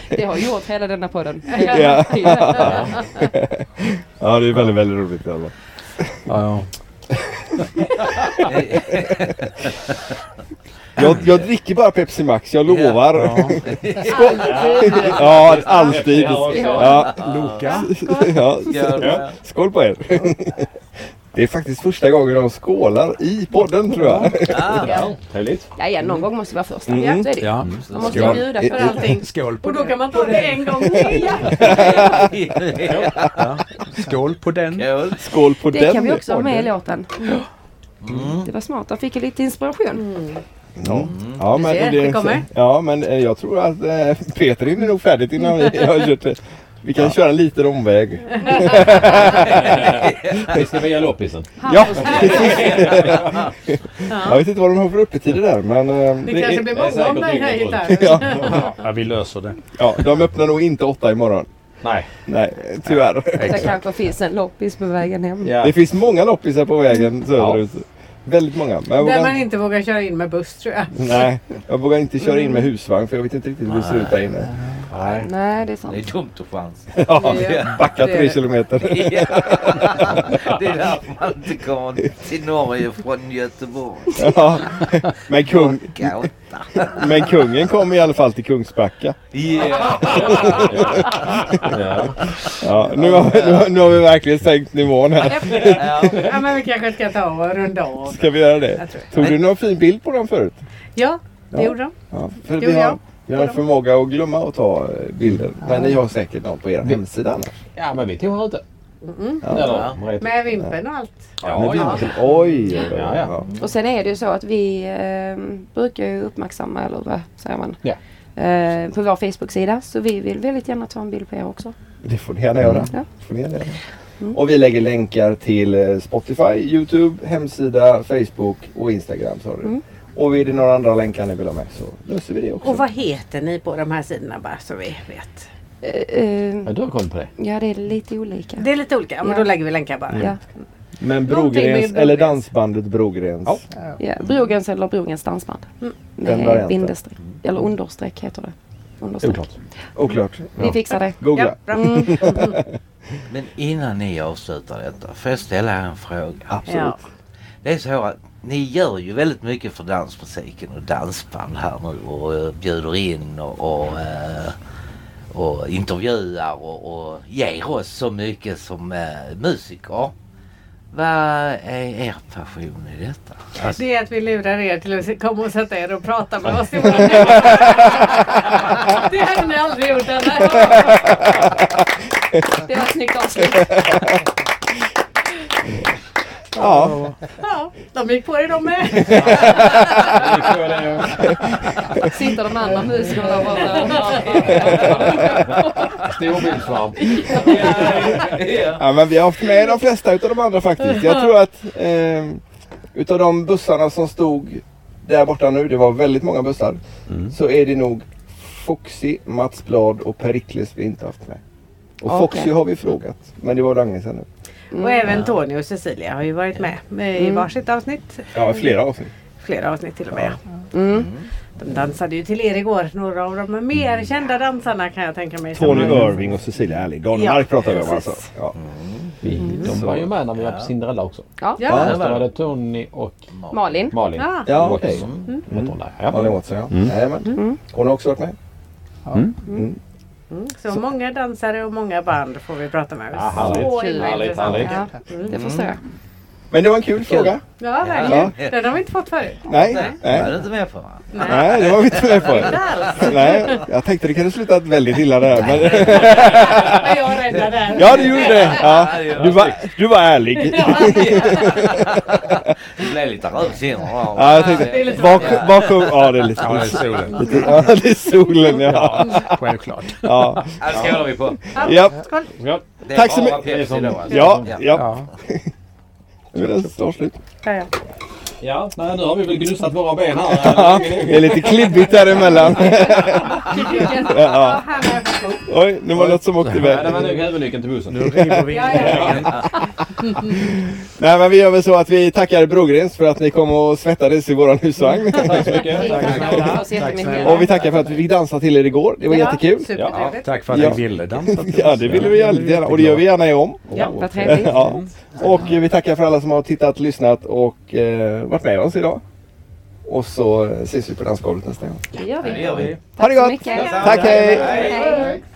Speaker 4: Det har gjort hela denna podden.
Speaker 1: Ja. ja det är väldigt väldigt roligt. i alla fall.
Speaker 7: ja,
Speaker 1: Jag, jag dricker bara Pepsi Max, jag lovar.
Speaker 7: ja.
Speaker 1: Ja, alltid. Ja.
Speaker 7: Loka.
Speaker 1: Ja.
Speaker 9: Skål.
Speaker 1: Ja. Skål på er. Det är faktiskt första gången de skålar i podden tror jag.
Speaker 9: Ja,
Speaker 10: Trevligt.
Speaker 4: Ja, ja, någon gång måste det vara första.
Speaker 1: Mm.
Speaker 4: Ja, så är det. ju.
Speaker 7: Ja.
Speaker 4: Man måste
Speaker 1: Skål.
Speaker 4: ju bjuda för allting.
Speaker 7: Skål på
Speaker 3: Och då
Speaker 7: den.
Speaker 3: kan man ta det en gång till. Ja.
Speaker 7: Skål på den.
Speaker 9: Kul.
Speaker 1: Skål på
Speaker 4: Det
Speaker 1: den. Mm.
Speaker 4: kan vi också ha med i låten. Det var smart, han fick ju lite inspiration.
Speaker 1: Ja, ja, men,
Speaker 3: ser,
Speaker 1: det,
Speaker 3: det kommer.
Speaker 1: ja men eh, jag tror att eh, Peter är nog färdigt innan vi har kört det. Vi kan köra en liten omväg.
Speaker 10: Vi ska via loppisen.
Speaker 1: Ja, precis. Jag vet inte vad de har för öppettider där men... eh,
Speaker 3: Det, kanske
Speaker 1: är-
Speaker 3: blir
Speaker 10: det är
Speaker 3: många
Speaker 10: säkert
Speaker 3: om den här
Speaker 10: dygnet runt.
Speaker 3: gitarren.
Speaker 14: ja, vi löser det.
Speaker 1: Ja, de öppnar nog inte åtta imorgon.
Speaker 10: Nej.
Speaker 1: Nej, tyvärr.
Speaker 4: Det kanske finns en loppis på vägen hem.
Speaker 1: Det finns många loppisar på vägen söderut. Väldigt många. Men jag
Speaker 3: Där
Speaker 1: vågar,
Speaker 3: man inte vågar köra in med buss tror jag.
Speaker 1: nej, jag vågar inte köra in med husvagn för jag vet inte riktigt hur det ser ut där inne.
Speaker 4: Nej, det är
Speaker 9: Det
Speaker 4: sant.
Speaker 9: är dumt att chansa.
Speaker 1: Ja,
Speaker 3: Ja.
Speaker 1: backa
Speaker 3: Det-
Speaker 1: tre kilometer.
Speaker 9: Det är därför man inte kommer till Norge från Göteborg.
Speaker 1: Ja. Men, kung,
Speaker 9: Gauta.
Speaker 1: men kungen kom i alla fall till Kungsbacka.
Speaker 9: Yeah.
Speaker 1: Ja, nu, har, nu, har, nu har vi verkligen sänkt nivån här.
Speaker 9: Ja.
Speaker 3: Ja, men vi kanske ska ta och runda av.
Speaker 1: Ska vi göra det?
Speaker 3: Jag tror det.
Speaker 1: Tog du någon fin bild på dem förut?
Speaker 3: Ja, det
Speaker 1: Ja.
Speaker 3: gjorde de.
Speaker 1: Ja, för
Speaker 3: Jo,
Speaker 1: vi har,
Speaker 3: ja.
Speaker 1: vi har en förmåga att glömma att ta eh, bilder. Men ni har säkert någon på er hemsida annars.
Speaker 10: Ja, men vi tog här ute.
Speaker 9: Ja.
Speaker 10: Eller, Maria tog-
Speaker 3: Med vimpeln och allt.
Speaker 10: Ja, ja.
Speaker 1: Oj!
Speaker 10: Ja, ja.
Speaker 4: Och sen är det ju så att vi eh, brukar ju uppmärksamma, eller vad säger man?
Speaker 10: Ja.
Speaker 4: Eh, på vår Facebook-sida. Så vi vill väldigt gärna ta en bild på er också.
Speaker 1: Det får ni gärna göra.
Speaker 4: Ja.
Speaker 1: Det Får ni gärna göra. Och vi lägger länkar till eh, Spotify, Youtube, hemsida, Facebook och Instagram. Sorry. Och är det några andra länkar ni vill ha med så löser vi det också.
Speaker 15: Och vad heter ni på de här sidorna bara så vi vet?
Speaker 4: Eh, eh,
Speaker 10: Ja, du har koll på det.
Speaker 4: ja, det är lite olika.
Speaker 15: Det är lite olika, men
Speaker 4: Ja.
Speaker 15: då lägger vi länkar bara.
Speaker 4: Ja.
Speaker 1: Men
Speaker 3: Någonting med
Speaker 1: Brogrens,
Speaker 3: Brogrens.
Speaker 1: eller dansbandet Brogrens.
Speaker 4: Ja, Brogrens eller Brogrens dansband.
Speaker 1: Den varianten.
Speaker 4: Med bindestreck. Eller understreck heter det. Understreck.
Speaker 10: Oklart.
Speaker 1: Oklart.
Speaker 4: Vi fixar det.
Speaker 1: Googla.
Speaker 3: Ja, bra.
Speaker 9: Men innan ni avslutar detta, får jag ställa en fråga?
Speaker 3: Ja.
Speaker 9: Det är så att ni gör ju väldigt mycket för dansmusiken och dansband här nu och eh, bjuder in och, och, eh, och intervjuar och, och ger oss så mycket som eh, musiker. Vad är er passion i detta? Alltså,
Speaker 3: Det är att vi lurar er till att komma och sätta er och prata med oss i våra hem. Det hade ni aldrig gjort annars.
Speaker 4: Det var ett snyggt avslut.
Speaker 1: Ja.
Speaker 3: Ja, de gick på det de med.
Speaker 4: Sitter de andra musikerna och bara...
Speaker 10: Storbildsfarm.
Speaker 1: ja, men vi har haft med de flesta utav de andra faktiskt. Jag tror att eh, utav de bussarna som stod där borta nu, det var väldigt många bussar, så är det nog Foxy, Mats Blad och Perikles vi inte haft med. Och
Speaker 4: Okej.
Speaker 1: Foxy har vi frågat, men det var länge sedan nu.
Speaker 3: Och även Tony och Cecilia har ju varit med med i varsitt avsnitt.
Speaker 1: Ja, flera avsnitt.
Speaker 3: Flera avsnitt till och med.
Speaker 4: Mm.
Speaker 3: De dansade ju till er igår, några av de mer kända dansarna kan jag tänka mig.
Speaker 1: Tony
Speaker 3: Som-
Speaker 1: Irving och Cecilia Erling. Don
Speaker 3: Ja,
Speaker 1: Mark pratar vi om
Speaker 3: precis.
Speaker 1: alltså. Ja.
Speaker 10: Vi, de var ju med när vi var på Cinderella också.
Speaker 3: Ja,
Speaker 10: Fast då var det Tony och
Speaker 4: Malin.
Speaker 10: Malin. Mm.
Speaker 3: ja.
Speaker 1: Ja,
Speaker 10: Watson.
Speaker 1: okej.
Speaker 10: Heter hon där.
Speaker 1: Malin
Speaker 10: Ja.
Speaker 1: Watson ja. Jajamän. Hon har också varit med.
Speaker 3: Så, många dansare och många band får vi prata med.
Speaker 10: Ja, härligt.
Speaker 3: Så
Speaker 10: Härligt,
Speaker 3: intressant.
Speaker 10: härligt.
Speaker 4: Ja, det förstår jag.
Speaker 1: Men det var en kul fråga.
Speaker 3: Ja, verkligen. Den har vi inte fått förut.
Speaker 1: Nej, nej.
Speaker 9: Det var du inte med på va?
Speaker 1: Nej. det var vi inte med på. Nej, jag tänkte det kunde slutat väldigt illa där. Men...
Speaker 3: jag räddade den.
Speaker 1: Ja, du gjorde det. Ja. Du, var, du var ärlig.
Speaker 9: Det blev lite rövsingel.
Speaker 1: Ja, jag tänkte, bakom, bakom, ja det är lite
Speaker 7: Ja, det är solen.
Speaker 1: Lite, ja, det är solen ja.
Speaker 7: Självklart.
Speaker 1: ja.
Speaker 9: Här skålar vi på.
Speaker 1: Japp.
Speaker 3: Skål.
Speaker 10: Ja.
Speaker 9: Det är
Speaker 1: Tack så
Speaker 9: bara
Speaker 1: mycket.
Speaker 9: Pepsi då, alltså.
Speaker 1: Ja,
Speaker 9: Ja.
Speaker 1: ja. Nu är det snart slut.
Speaker 3: Ja, ja.
Speaker 10: Ja, nej, nu har vi väl gnussat våra ben
Speaker 1: Ja,
Speaker 10: här.
Speaker 1: det är lite klibbigt däremellan.
Speaker 3: Ja, här med.
Speaker 1: Oj, nu var det något som åkte
Speaker 10: Ja, det var
Speaker 1: iväg.
Speaker 10: nog huvudnyckeln till bussen.
Speaker 3: Ja, ja.
Speaker 1: Nej, men vi gör väl så att vi tackar Brogrens för att ni kom och svettades i våran husvagn.
Speaker 10: Tack så mycket.
Speaker 4: Tack så jättemycket.
Speaker 1: Och vi tackar för att vi fick dansa till er igår. Det var jättekul.
Speaker 3: Supertrevligt.
Speaker 7: Tack för att
Speaker 1: Ja.
Speaker 7: ni ville dansa till
Speaker 1: Ja,
Speaker 7: oss.
Speaker 1: det ville vi jävligt gärna och det gör vi gärna om.
Speaker 4: Ja, vad trevligt.
Speaker 1: Ja. Och vi tackar för alla som har tittat, lyssnat och eh, varit med oss idag. Och så ses vi på dansgolvet nästa gång.
Speaker 4: Det gör
Speaker 9: Det
Speaker 4: vi.
Speaker 9: gör vi.
Speaker 1: Ha det
Speaker 4: så
Speaker 1: gott!
Speaker 4: mycket.
Speaker 1: Tack, hej!
Speaker 4: Hej.